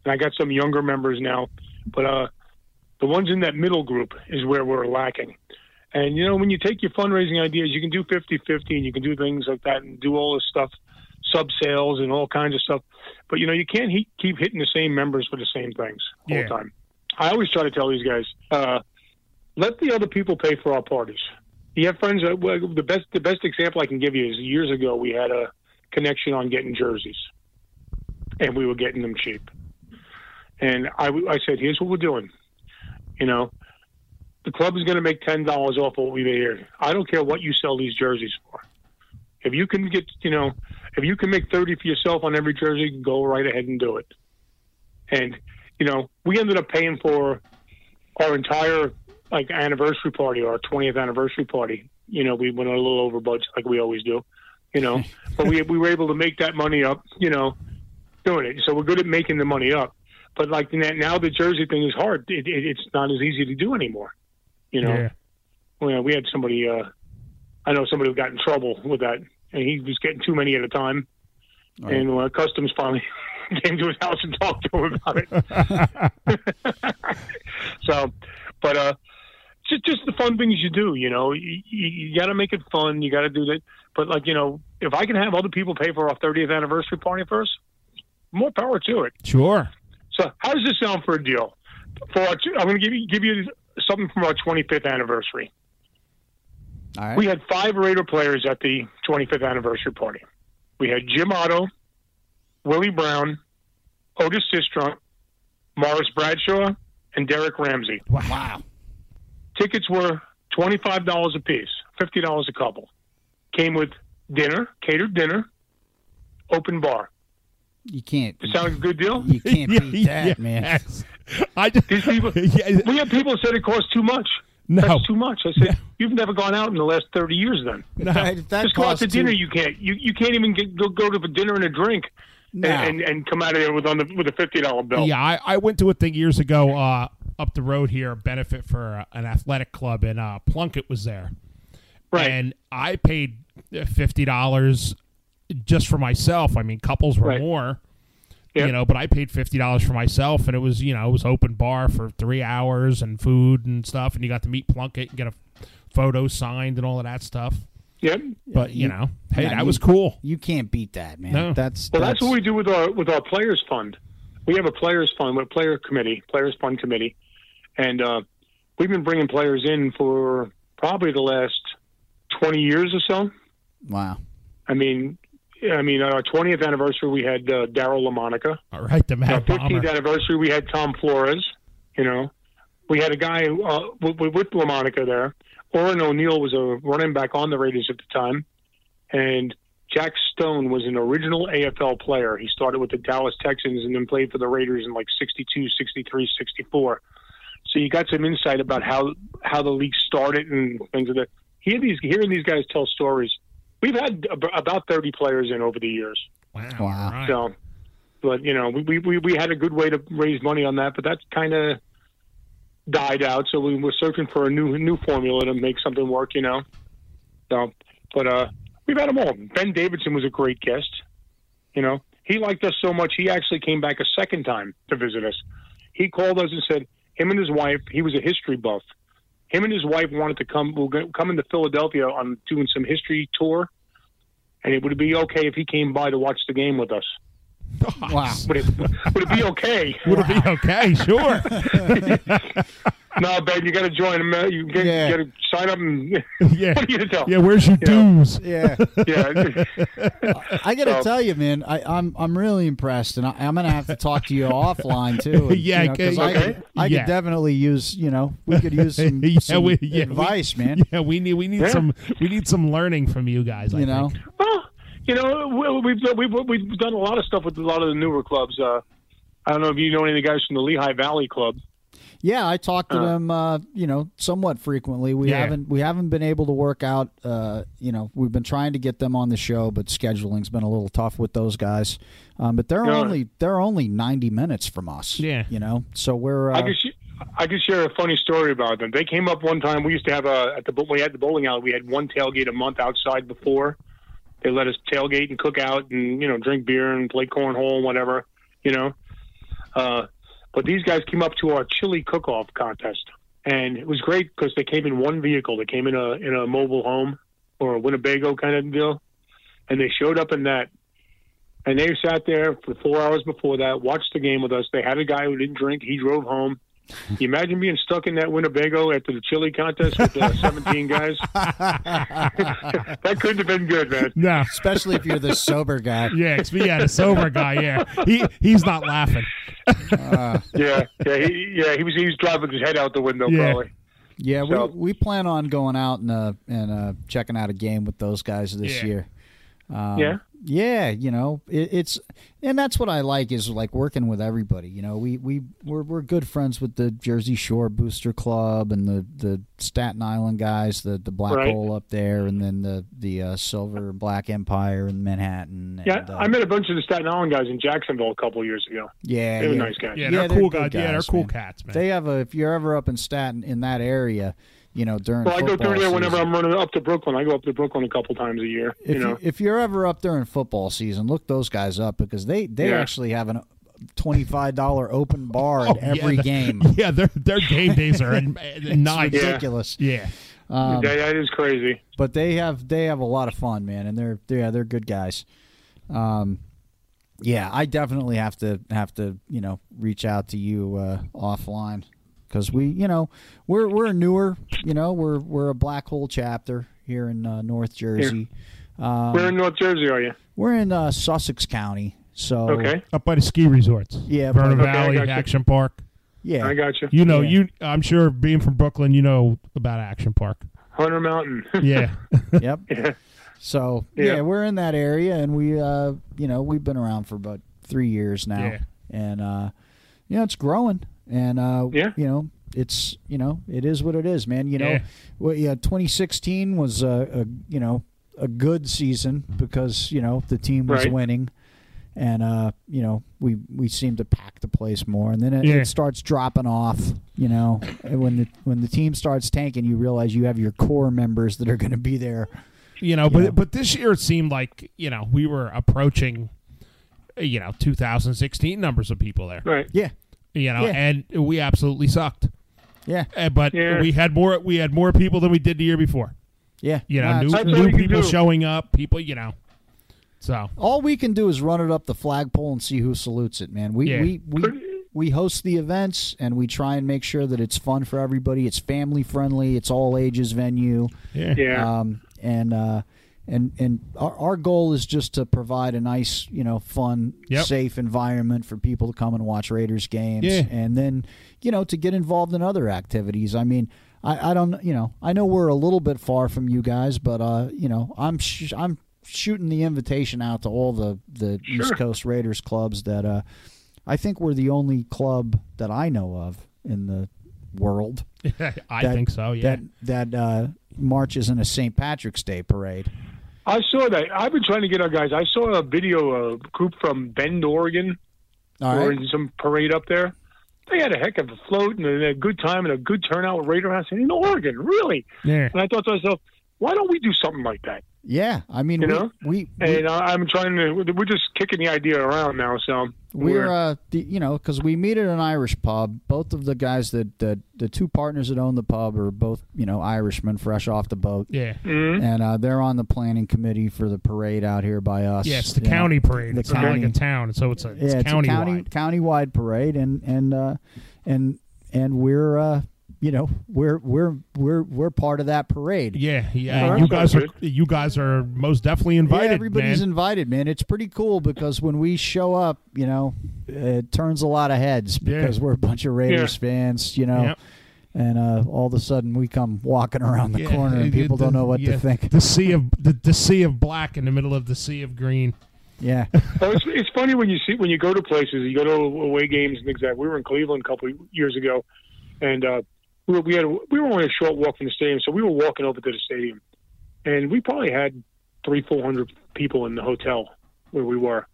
S6: and I got some younger members now. But uh, The ones in that middle group is where we're lacking. And, you know, when you take your fundraising ideas, you can do 50 50 and you can do things like that and do all this stuff, sub sales and all kinds of stuff. But, you know, you can't he- keep hitting the same members for the same things all
S3: Yeah.
S6: the time. I always try to tell these guys uh, let the other people pay for our parties. You have friends. That, well, the best the best example I can give you is years ago we had a connection on getting jerseys, and we were getting them cheap. And I, w- I said, here's what we're doing. You know, the club is going to make ten dollars off what we made here. I don't care what you sell these jerseys for. If you can get, you know, if you can make thirty for yourself on every jersey, go right ahead and do it. And you know, we ended up paying for our entire like anniversary party, our twentieth anniversary party. You know, we went a little over budget like we always do. You know, but we we were able to make that money up. You know, doing it. So we're good at making the money up. But like n- now, the jersey thing is hard. It, it, it's not as easy to do anymore. You know,
S3: Yeah.
S6: well, we had somebody. Uh, I know somebody who got in trouble with that, and he was getting too many at a time. And uh, customs finally came to his house and talked to him about it. so, but uh, just just the fun things you do. You know, you, you, you got to make it fun. You got to do that. But like you know, if I can have other people pay for our 30th anniversary party first, more power to it.
S3: Sure.
S6: So, how does this sound for a deal? For our, t- I'm going to give you give you something from our 25th anniversary.
S4: All right.
S6: We had five Raider players at the 25th anniversary party. We had Jim Otto, Willie Brown, Otis Sistrunk, Morris Bradshaw, and Derek Ramsey.
S4: wow.
S6: Tickets were $25 a piece, $50 a couple. Came with dinner, catered dinner, open bar.
S4: You can't.
S6: It sound like a good deal?
S4: You can't beat that, man.
S3: Yes. I just
S6: These people,
S3: Yeah,
S6: we had people that said it cost too much.
S3: No.
S6: That's too much. I said, you've never gone out in the last 30 years then.
S4: If that, if that
S6: Just go out
S4: costs
S6: to dinner.
S4: two-
S6: You can't. You you can't even get, go go to a dinner and a drink,
S4: No.
S6: and, and and come out of there with on the with a fifty dollar bill.
S3: Yeah, I, I went to a thing years ago uh, up the road here, a benefit for uh, an athletic club, and uh, Plunkett was there.
S6: Right.
S3: And I paid uh, fifty dollars just for myself. I mean, couples were
S6: Right.
S3: more,
S6: Yep.
S3: you know, but I paid fifty dollars for myself, and it was you know it was open bar for three hours and food and stuff, and you got to meet Plunkett and get a photo signed and all of that stuff.
S6: Yep.
S3: But you,
S4: you-
S3: know, hey,
S4: yeah,
S3: that
S4: you-
S3: was cool.
S4: You can't beat that, man.
S3: No.
S4: That's
S6: Well,
S4: that's,
S6: that's, what we do with our with our players fund. We have a players fund, a player committee, players fund committee, and uh, we've been bringing players in for probably the last twenty years or so.
S4: wow.
S6: I mean, I mean, on our twentieth anniversary, we had uh, Daryl LaMonica.
S3: All right, the
S6: Our
S3: Mad Bomber.
S6: fifteenth anniversary, we had Tom Flores. You know, we had a guy uh, with, with LaMonica there. Orrin O'Neill was a running back on the Raiders at the time, and Jack Stone was an original AFL player. He started with the Dallas Texans and then played for the Raiders in like 62, 63, 64. So you got some insight about how how the league started and things like that. Hear these hearing these guys tell stories. We've had ab- about 30 players in over the years.
S3: Wow.
S4: Wow.
S3: all right.
S6: So, but you know, we- we, we, we had a good way to raise money on that, but that's kind of died out. So we were searching for a new new formula to make something work. You know, so but uh, we've had them all. Ben Davidson was a great guest. You know, he liked us so much he actually came back a second time to visit us. He called us and said him and his wife. He was a history buff. Him and his wife wanted to come. We're go- coming to Philadelphia on doing some history tour, and it would be okay if he came by to watch the game with us.
S4: Wow.
S6: Would it, would it be okay?
S3: Would it be okay? Sure.
S6: no, Ben, you got to join him. uh, You get,
S4: Yeah.
S6: got to sign up and
S3: yeah.
S6: what do you tell?
S3: Yeah. Where's your dues?
S4: Yeah.
S6: yeah.
S4: I gotta
S6: So-
S4: tell you, man, I, I'm I'm really impressed, and I, I'm gonna have to talk to you offline too. and,
S3: Yeah,
S4: you know, 'cause I,
S6: okay.
S4: could, I
S3: Yeah.
S4: could definitely use, you know, we could use some,
S3: Yeah,
S4: some
S3: we- yeah, we-
S4: advice, man.
S3: Yeah, we need we need
S6: Yeah.
S3: some we need some learning from you guys. I
S4: You know,
S3: think.
S6: Well, you know, we- we've, we've we've done a lot of stuff with a lot of the newer clubs. Uh, I don't know if you know any of the guys from the Lehigh Valley Club.
S4: yeah, I talk to them, uh, you know, somewhat frequently. We
S3: Uh-huh. Yeah.
S4: haven't we haven't been able to work out, uh, you know, we've been trying to get them on the show, but scheduling's been a little tough with those guys. Um, but they're
S6: Yeah.
S4: only they're only 90 minutes from us.
S3: Yeah.
S4: you know, so we're uh,
S6: I could sh- I could share a funny story about them. They came up one time. We used to have a at the bo- we had the bowling alley. We had one tailgate a month outside before. They let us tailgate and cook out and you know drink beer and play cornhole and whatever. You know, uh, But these guys came up to our chili cook-off contest, and it was great because they came in one vehicle. They came in a in a mobile home or a Winnebago kind of deal, and they showed up in that. And they sat there for four hours before that, watched the game with us. They had a guy who didn't drink. He drove home. Can you imagine being stuck in that Winnebago after the chili contest with uh, 17 guys? that couldn't have been good, man.
S3: No.
S4: Especially if you're the sober guy.
S3: Yeah, 'cause we had a sober guy. Yeah, he he's not laughing.
S6: Yeah, yeah, he, yeah. He was he was driving his head out the window,
S3: Yeah.
S6: probably.
S4: Yeah,
S6: So-
S4: we, we plan on going out and uh, and uh, checking out a game with those guys this
S3: Yeah.
S4: year. Um,
S6: Yeah.
S4: yeah, you know it, it's and that's what I like is like working with everybody. You know, we we we're, we're good friends with the Jersey Shore Booster Club and the the Staten Island guys, the the Black
S6: Right.
S4: Hole up there, and then the the uh, Silver and Black Empire in Manhattan. And,
S6: Yeah,
S4: uh,
S6: I met a bunch of the Staten Island guys in Jacksonville a couple of years ago.
S4: yeah,
S6: They were
S4: yeah.
S6: nice guys.
S3: Yeah,
S4: Yeah,
S3: they're,
S4: they're
S3: cool guys.
S4: good
S3: Yeah, they're
S4: guys,
S3: cool
S4: man.
S3: cats, man.
S4: They have a if you're ever up in Staten in that area, you know during
S6: Well, I go
S4: football
S6: through there whenever
S4: season-
S6: I'm running up to Brooklyn. I go up to Brooklyn a couple times a year.
S4: if,
S6: you know,
S4: if you're ever up there in football season, look those guys up because they, they
S6: Yeah.
S4: actually have an twenty-five dollar open bar at
S3: yeah,
S4: every
S3: the-
S4: game.
S3: Yeah, their their game days are in, in nine.
S4: It's ridiculous,
S3: Yeah.
S4: um,
S6: that, that is crazy.
S4: but they have they have a lot of fun, man, and they're yeah they're good guys. Um, yeah, I definitely have to have to you know reach out to you uh, offline because we you know we're we're newer you know we're we're a black hole chapter here in uh, North Jersey.
S6: Where
S4: um,
S6: in North Jersey are you?
S4: We're in uh, Sussex County, so
S6: Okay,
S3: up by the ski resorts.
S4: Yeah,
S3: Vernon
S6: but- Okay, I
S3: Valley
S6: got you.
S3: Action Park.
S4: yeah,
S6: I got you.
S3: You know,
S4: Yeah.
S3: you I'm sure being from Brooklyn, you know about Action Park.
S6: Hunter Mountain.
S3: Yeah,
S4: yep. So yeah.
S6: Yeah.
S4: we're in that area, and we, uh, you know, we've been around for about three years now,
S3: Yeah.
S4: and uh, you know, it's growing, and uh,
S6: Yeah.
S4: you know, it's you know, it is what it is, man. You know,
S3: Yeah.
S4: well, yeah, 2016 was a, a you know a good season because you know the team was
S6: Right.
S4: winning. And uh, you know, we we seem to pack the place more, and then it,
S3: Yeah.
S4: it starts dropping off. You know, and when the when the team starts tanking, you realize you have your core members that are going to be there
S3: you know, but
S4: Yeah.
S3: but this year it seemed like you know we were approaching, you know, 2016 numbers of people there.
S6: Right.
S4: Yeah,
S3: You know,
S4: Yeah.
S3: and we absolutely sucked.
S4: yeah,
S3: Uh, But
S6: Yeah.
S3: we had more we had more people than we did the year before.
S4: yeah. Uh,
S3: You know,
S4: Nah, it's-
S6: That's
S3: new,
S6: all
S3: new
S6: you can
S3: people
S6: do.
S3: showing up, people you know. So
S4: all we can do is run it up the flagpole and see who salutes it, man. We
S3: Yeah.
S4: we we we host the events and we try and make sure that it's fun for everybody. It's family friendly. It's all ages venue.
S3: yeah,
S6: Yeah.
S4: Um, and uh, and and our, our goal is just to provide a nice, you know, fun,
S3: Yep.
S4: safe environment for people to come and watch Raiders games,
S3: Yeah.
S4: and then you know to get involved in other activities. I mean. I, I don't you know I know we're a little bit far from you guys but uh you know I'm sh- I'm shooting the invitation out to all the the East Coast Raiders clubs that uh I think we're the only club that I know of in the world
S3: I
S4: that-
S3: think so. Yeah,
S4: That that uh, marches in a St. Patrick's Day parade.
S6: I saw that. I've been trying to get our guys. I saw a video, a group from Bend, Oregon,
S4: All
S6: or
S4: right.
S6: in some parade up there. They had a heck of a float and a good time and a good turnout with Raider House in Oregon, really.
S3: yeah.
S6: And I thought to myself, why don't we do something like that?
S4: Yeah, I mean,
S6: You
S4: we,
S6: know?
S4: we, we
S6: And I I'm trying to. We're just kicking the idea around now, so
S4: we're uh, the, you know, because we meet at an Irish pub. Both of the guys that the the two partners that own the pub are both you know Irishmen, fresh off the boat,
S3: Yeah.
S4: and uh, they're on the planning committee for the parade out here by us.
S3: Yeah, it's the
S4: you know.
S3: county parade.
S4: the
S3: it's not like
S4: county.
S3: a town, so it's a it's
S4: yeah, it's
S3: county
S4: a county countywide parade, and and uh, and and we're uh, you know we're we're we're we're part of that parade.
S3: Yeah, yeah.
S6: Oh,
S3: you
S6: that
S3: guys are
S6: sounds
S3: you guys are most definitely invited.
S4: Yeah, everybody's
S3: man.
S4: invited, man. It's pretty cool because when we show up, you know, it turns a lot of heads
S3: Yeah.
S4: because we're a bunch of Raiders fans, you know.
S3: Yep.
S4: And uh, all of a sudden, we come walking around the
S3: Yeah,
S4: corner, and
S3: it- it-
S4: people don't know what
S3: yeah,
S4: to think.
S3: The sea of the, the sea of black in the middle of the sea of green.
S4: Yeah,
S6: Oh, it's, it's funny when you see when you go to places, you go to away games and things like that. We were in Cleveland a couple years ago, and uh, we, were, we had we were only a short walk from the stadium, so we were walking over to the stadium, and we probably had three four hundred people in the hotel where we were.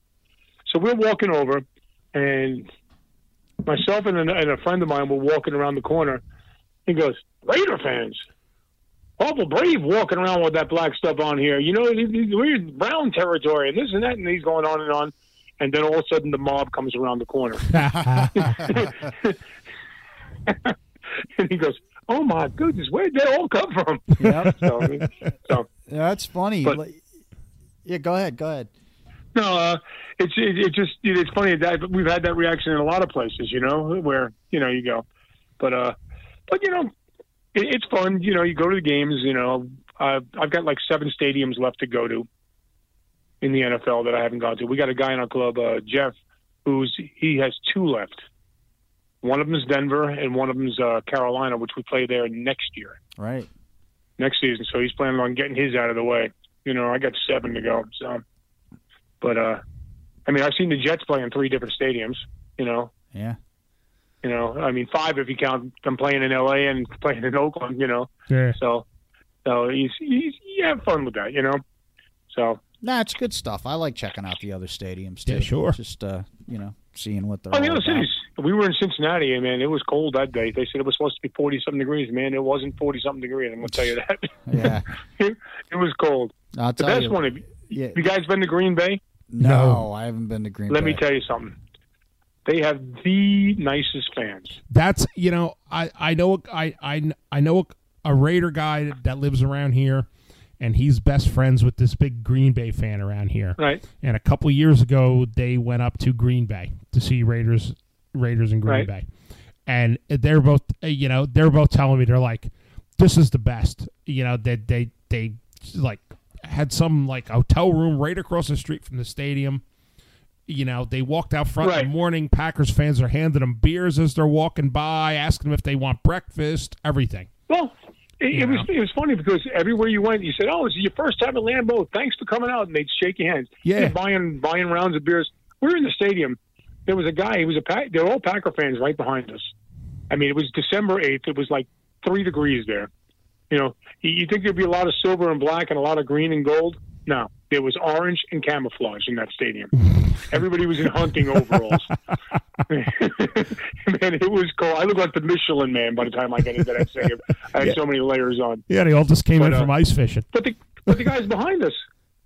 S6: So we're walking over, and myself and a, and a friend of mine were walking around the corner. He goes, "Raider fans." Awful brave walking around with that black stuff on here. You know, we're in Brown territory and this and that, and he's going on and on. and then all of a sudden the mob comes around the corner. and he goes, "Oh my goodness, where did they all come from?"
S4: Yep.
S6: So, I mean, so
S4: Yeah, that's funny.
S6: But-
S4: Like- yeah, go ahead. Go ahead.
S6: No, uh, it's it, it just it's funny that we've had that reaction in a lot of places, you know, where you know you go, but uh, but you know, it, it's fun. You know, you go to the games. You know, I've I've got like seven stadiums left to go to in the NFL that I haven't gone to. We got a guy in our club, uh, Jeff, who's he has two left. One of them is Denver, and one of them is uh, Carolina, which we play there next year
S4: Right.
S6: next season. So he's planning on getting his out of the way. You know, I got seven to go. So, but uh, I mean, I've seen the Jets play in three different stadiums. You know,
S4: Yeah.
S6: you know, I mean, five if you count them playing in L.A. and playing in Oakland. You know,
S3: Yeah.
S6: so so he's he's you have fun with that. You know, so
S4: Nah, it's good stuff. I like checking out the other stadiums too.
S3: Yeah, sure.
S4: Just uh, you know, seeing what they're.
S6: I mean,
S4: all
S6: other
S4: about.
S6: Oh, cities. We were in Cincinnati, and man, it was cold that day. They said it was supposed to be forty something degrees. Man, it wasn't forty something degrees. I'm gonna tell you that.
S4: Yeah,
S6: it was cold.
S4: I'll
S6: The
S4: tell
S6: best
S4: you.
S6: one. If you,
S4: yeah,
S6: you guys been to Green Bay?
S4: no,
S3: No.
S4: I haven't been to Green
S6: Let
S4: Bay.
S6: me tell you something. They have the nicest fans.
S3: That's you know I I know I I I know a, Raider guy that lives around here, and he's best friends with this big Green Bay fan around here.
S6: Right.
S3: And a couple years ago, they went up to Green Bay to see Raiders Raiders in Green
S6: Right.
S3: Bay, and they're both uh, you know they're both telling me they're like, this is the best. You know they they they like had some like hotel room right across the street from the stadium. You know, they walked out front in
S6: Right.
S3: the morning. Packers fans are handing them beers as they're walking by, asking them if they want breakfast, everything.
S6: Well, it,
S3: Yeah.
S6: it was it was funny because everywhere you went, you said, "Oh, this is your first time in Lambeau. Thanks for coming out," and they'd shake your hands.
S3: Yeah.
S6: They're buying buying rounds of beers. We were in the stadium. There was a guy. He was a pack. They're all Packer fans right behind us. I mean, it was December eighth. It was like three degrees there. You know, you you'd think there'd be a lot of silver and black and a lot of green and gold. No, there was orange and camouflage in that stadium. Everybody was in hunting overalls. man, it was cold. I looked like the Michelin Man by the time I got into that stadium. I had so many layers on.
S3: Yeah, they all just came
S6: But,
S3: in
S6: uh,
S3: from ice fishing.
S6: But the but the guys behind us,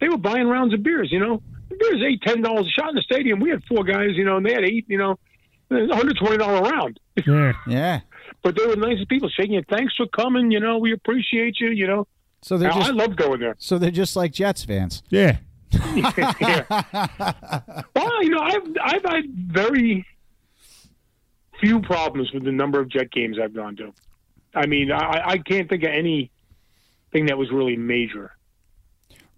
S6: they were buying rounds of beers. You know, the beers eight ten dollars a shot in the stadium. We had four guys. You know, and they had eight. You know, one hundred twenty dollar round.
S3: Yeah.
S4: Yeah.
S6: But they were nice people shaking it. Thanks for coming. You know, we appreciate you. You know,
S4: So they're
S6: I-
S4: just
S6: I love going there.
S4: so they're just like Jets fans.
S3: Yeah.
S6: Well, you know, I've I've had very few problems with the number of jet games I've gone to. I mean, I, I can't think of anything that was really major.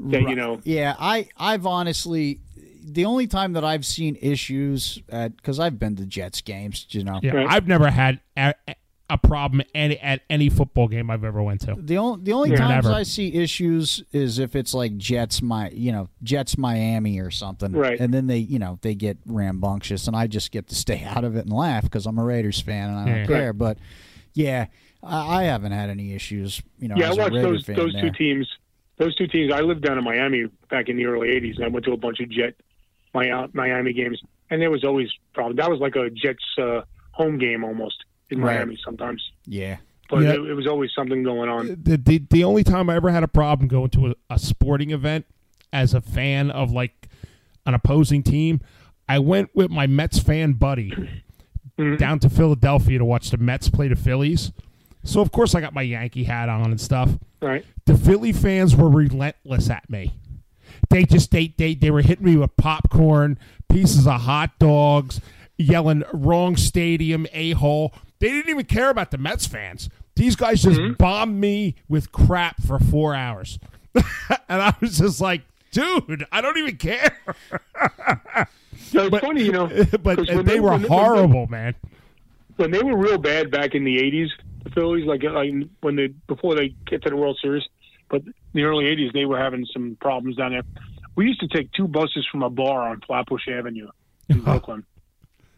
S6: That you
S4: Right.
S6: know,
S4: Yeah, I I've honestly the only time that I've seen issues at because I've been to Jets games, you know.
S3: Yeah.
S6: Right.
S3: I've never had a, a problem any, at any football game I've ever went to.
S4: The only the only
S3: Yeah.
S4: times
S3: Never.
S4: I see issues is if it's like Jets my you know Jets Miami or something,
S6: Right.
S4: And then they you know they get rambunctious, and I just get to stay out of it and laugh because I'm a Raiders fan and I don't
S3: Yeah.
S4: care. But yeah, I, I haven't had any issues. You know,
S6: yeah, I
S4: as a
S6: watched
S4: Raider
S6: those
S4: fan
S6: those
S4: there.
S6: two teams. Those two teams. I lived down in Miami back in the early '80s, and I went to a bunch of Jet Mi- Miami games, and there was always problems. That was like a Jets uh, home game almost in
S4: Right.
S6: Miami sometimes,
S4: Yeah,
S6: but
S3: Yeah.
S6: it, it was always something going on.
S3: the, the the only time I ever had a problem going to a, a sporting event as a fan of like an opposing team, I went with my Mets fan buddy down to Philadelphia to watch the Mets play the Phillies. So of course I got my Yankee hat on and stuff
S6: Right?
S3: the Philly fans were relentless at me. They just they they, they were hitting me with popcorn, pieces of hot dogs, yelling wrong stadium, a hole. They didn't even care about the Mets fans. These guys just
S6: Mm-hmm.
S3: bombed me with crap for four hours. and I was just like, dude, I don't even care.
S6: So it's funny, you know,
S3: but
S6: 'cause when
S3: they were
S6: when
S3: horrible, man.
S6: when they were real bad back in the '80s, the Phillies, like, like when they before they get to the World Series, but in the early '80s they were having some problems down there. We used to take two buses from a bar on Flatbush Avenue in Brooklyn,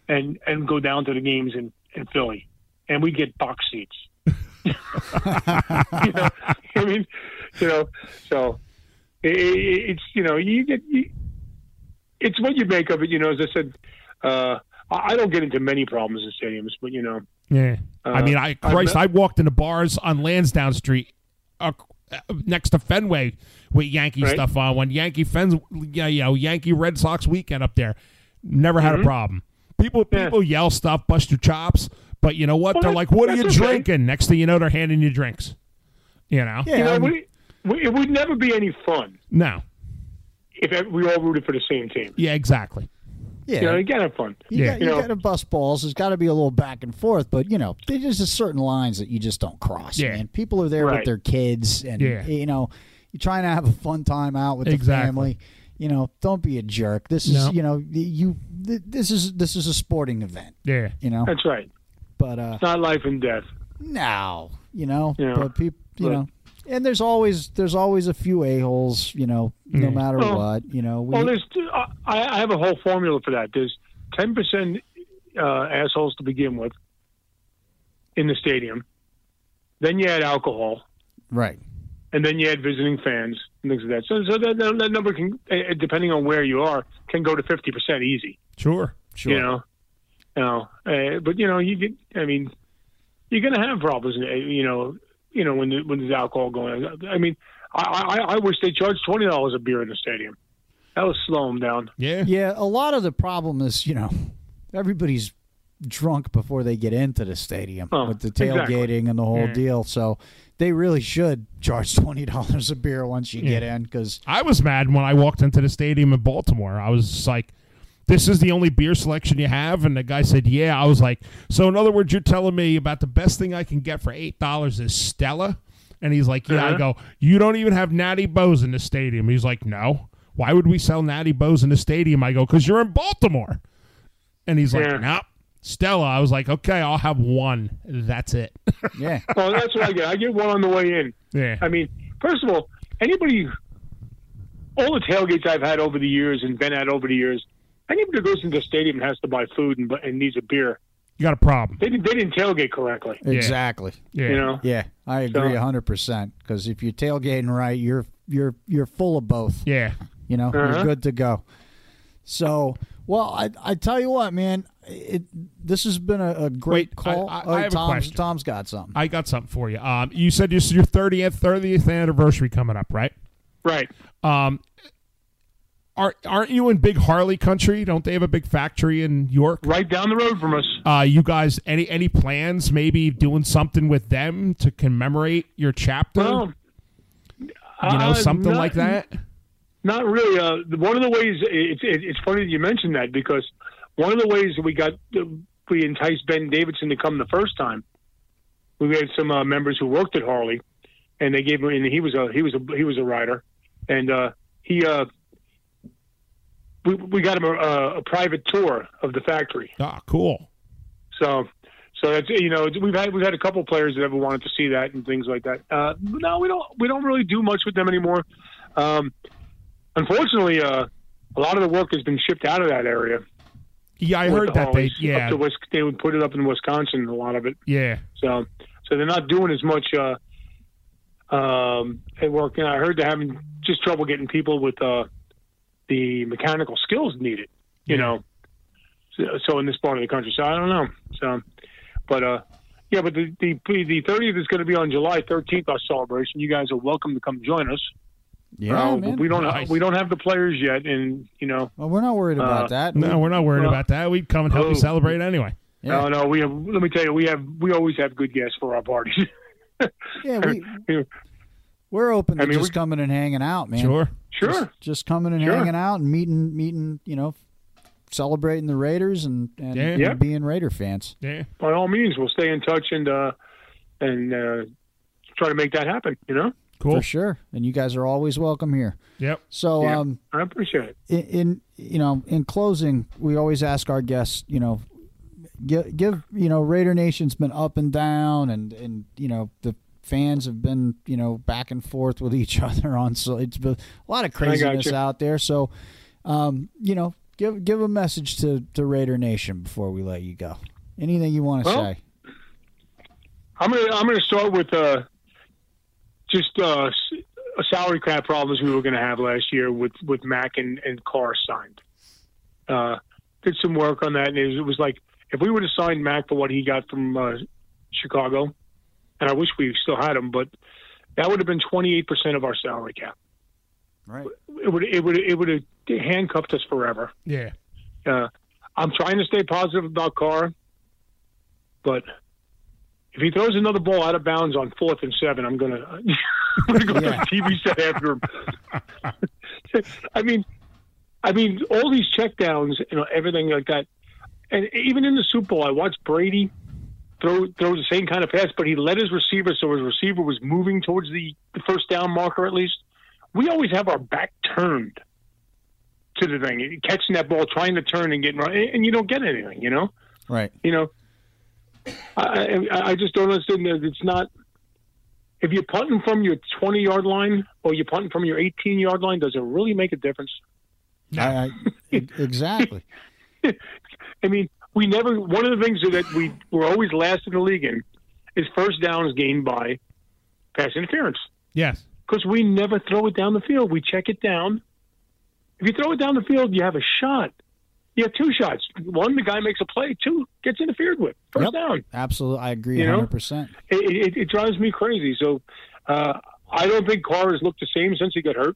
S6: and and go down to the games in in Philly, and we would get box seats. you know, I mean, you know, so i i it's you know you get you, it's what you make of it. You know, as I said, uh, I I don't get into many problems in stadiums, but you know,
S3: Yeah. I
S6: Uh,
S3: mean, I
S6: I
S3: Christ,
S6: bet-
S3: I, walked into bars on Lansdowne Street uh, uh, next to Fenway with Yankee
S6: Right.
S3: stuff on when Yankee Fens, yeah, you know, Yankee Red Sox weekend up there. Never had a
S6: Mm-hmm.
S3: problem. People people yell stuff, bust your chops, but you know what?
S6: Well,
S3: They're
S6: that-
S3: like, "What are you
S6: that's okay.
S3: drinking?" Next thing you know, they're handing you drinks. You know?
S6: You know,
S4: I'm-
S6: we, we, it would never be any fun
S3: No.
S6: if ev- we all rooted for the same team.
S3: Yeah, exactly.
S4: yeah.
S6: You know, you gotta have fun.
S4: You,
S3: Yeah.
S4: got, you
S6: You know-
S4: got to bust balls. There's got to be a little back and forth, but you know, there's just certain lines that you just don't cross.
S3: Yeah.
S4: man. people are there with
S6: Right.
S4: their kids, and
S3: Yeah.
S4: you know, you're trying to have a fun time out with
S3: Exactly.
S4: the family. You know, don't be a jerk. This is
S3: No.
S4: you know, you th- this is this is a sporting event.
S3: Yeah.
S4: You know,
S6: That's right.
S4: but uh,
S6: It's not life and death.
S4: No, you know,
S6: Yeah.
S4: but people, you
S6: But-
S4: know, and there's always there's always a few a holes, you know,
S3: Mm.
S4: no matter
S6: Well-
S4: what, you know. We,
S6: Well, there's I, I have a whole formula for that. There's ten percent uh, assholes to begin with in the stadium. Then you add alcohol,
S4: right,
S6: and then you add visiting fans and things like that. So, so that, that that number can, eh, eh, depending on where you are, can go to fifty percent easy.
S3: Sure.
S4: sure,
S6: You know, you know eh, but you know, you get. I mean, you're gonna have problems. eh, You know, you know when the, when there's alcohol going. on. I mean, I I, I wish they charged twenty dollars a beer in the stadium. That would slow them down.
S3: Yeah.
S4: yeah. A lot of the problem is, you know, everybody's drunk before they get into the stadium
S6: Oh,
S4: with the tailgating
S6: exactly. Mm.
S4: and the whole deal. So they really should charge twenty dollars a beer once you get in, because
S3: I was mad when I walked into the stadium in Baltimore. I was just like, this is the only beer selection you have? And the guy said, yeah. I was like, so in other words, you're telling me about the best thing I can get for $8 is Stella? And he's like, yeah. I
S6: Uh-huh.
S3: go, you don't even have Natty Bows in the stadium. He's like, no. Why would we sell Natty Bows in the stadium? I go, because you're in Baltimore. And he's
S6: Yeah.
S3: like, nope. Stella. I was like, okay, I'll have one. That's it.
S4: yeah,
S6: Well, that's what I get. I get one on the way in.
S3: yeah.
S6: I mean, first of all, anybody, all the tailgates I've had over the years and been at over the years, anybody who goes into the stadium and has to buy food and, bu- and needs a beer,
S3: you got a problem.
S6: they didn't, they didn't tailgate correctly.
S4: exactly.
S3: Yeah.
S6: You know,
S4: Yeah, I agree
S6: So-
S4: hundred percent. Because if you're tailgating right, you're you're you're full of both.
S3: Yeah.
S4: You know,
S6: Uh-huh.
S4: you're good to go. So, well, I I tell you what, man, it this has been a, a great
S3: Wait, I-
S4: call.
S3: I-
S4: Oh,
S3: I have a
S4: Tom's,
S3: question.
S4: Tom's got something.
S3: I got something for you. Um, you said this is your thirtieth thirtieth anniversary coming up, right?
S6: right?
S3: Um, aren't aren't you in big Harley country? Don't they have a big factory in York?
S6: Right down the road from us.
S3: Uh, you guys, any any plans? Maybe doing something with them to commemorate your chapter?
S6: Well,
S3: you know,
S6: uh,
S3: something
S6: not-
S3: like that.
S6: Not really. Uh, one of the ways it's it, it's funny that you mentioned that because one of the ways that we got we enticed Ben Davidson to come the first time, we had some uh, members who worked at Harley, and they gave him and he was a he was a he was a rider, and uh, he uh, we we got him a, a, a private tour of the factory.
S3: Ah, cool.
S6: So, so that's you know we've had we've had a couple players that ever wanted to see that and things like that. Uh, no, we don't we don't really do much with them anymore. Um, unfortunately, uh, a lot of the work has been shipped out of that area.
S3: Yeah, I
S6: with
S3: heard
S6: the
S3: that they
S6: Hollies.
S3: yeah
S6: up to Wis- they would put it up in Wisconsin a lot of it.
S3: yeah
S6: So, so they're not doing as much uh, um, at work. And I heard they're having just trouble getting people with uh, the mechanical skills needed. You know, so, so in this part of the country. So I don't know. So, but uh, yeah, but the the the thirtieth is going to be on July thirteenth. Our celebration. You guys are welcome to come join us.
S4: yeah,
S6: Uh,
S4: man.
S6: we don't
S3: Nice.
S6: we don't have the players yet, and you know,
S4: well, we're not worried about
S6: uh,
S4: that.
S3: no we're not worried
S6: Well,
S3: about that we'd come and help you
S6: oh.
S3: celebrate anyway
S4: Yeah.
S6: uh, no, no, we have. Let me tell you, we have we always have good guests for our parties.
S4: yeah, we
S6: You know,
S4: we're open to
S6: I mean,
S4: just
S6: we-
S4: coming and hanging out, man.
S3: sure
S6: sure.
S4: Just coming and
S6: Sure.
S4: hanging out and meeting meeting, you know, celebrating the Raiders and and,
S3: Yeah.
S4: and
S6: Yeah.
S4: being Raider fans.
S3: yeah
S6: by all means, we'll stay in touch and uh, and uh, try to make that happen. You know,
S3: cool
S4: For sure. And you guys are always welcome here.
S3: yep
S4: So
S6: Yeah.
S4: um
S6: I appreciate it.
S4: in, in you know in closing we always ask our guests you know give, give you know raider nation's been up and down and and you know the fans have been you know back and forth with each other on so it's been a lot of craziness
S6: you.
S4: out there so um you know give give a message to to raider nation before we let you go anything you want to
S6: Well,
S4: say
S6: I'm gonna I'm gonna start with uh, just uh, s- uh, salary cap problems we were gonna have last year with with Mac and and Carr signed. Uh, did some work on that, and it was, it was like if we would have signed Mac for what he got from uh, Chicago, and I wish we still had him, but that would have been 28 percent of our salary cap.
S4: right
S6: It would it would it would have handcuffed us forever.
S3: yeah
S6: Uh, I'm trying to stay positive about Carr, but if he throws another ball out of bounds on fourth and seven, I'm gonna, I'm gonna go to the TV set after him. I mean, I mean, all these checkdowns and everything like that, and even in the Super Bowl, I watched Brady throw throw the same kind of pass, but he led his receiver, so his receiver was moving towards the, the first down marker at least. We always have our back turned to the thing, catching that ball, trying to turn and getting right, and you don't get anything, you know
S4: Right.
S6: you know, I, I, I just don't understand that it's not. If you're punting from your 20 yard line or you're punting from your 18 yard line, does it really make a difference?
S4: I, I, e- exactly.
S6: I mean, we never. One of the things that we we're always last in the league in is first downs gained by pass interference
S3: Yes.
S6: because we never throw it down the field. We check it down. If you throw it down the field, you have a shot. You have two shots. One, the guy makes a play. Two, gets interfered with. First
S4: Yep.
S6: down.
S4: Absolutely. I agree
S6: You know?
S4: 100%.
S6: it, it, it drives me crazy. So uh, I don't think Carr has looked the same since he got hurt.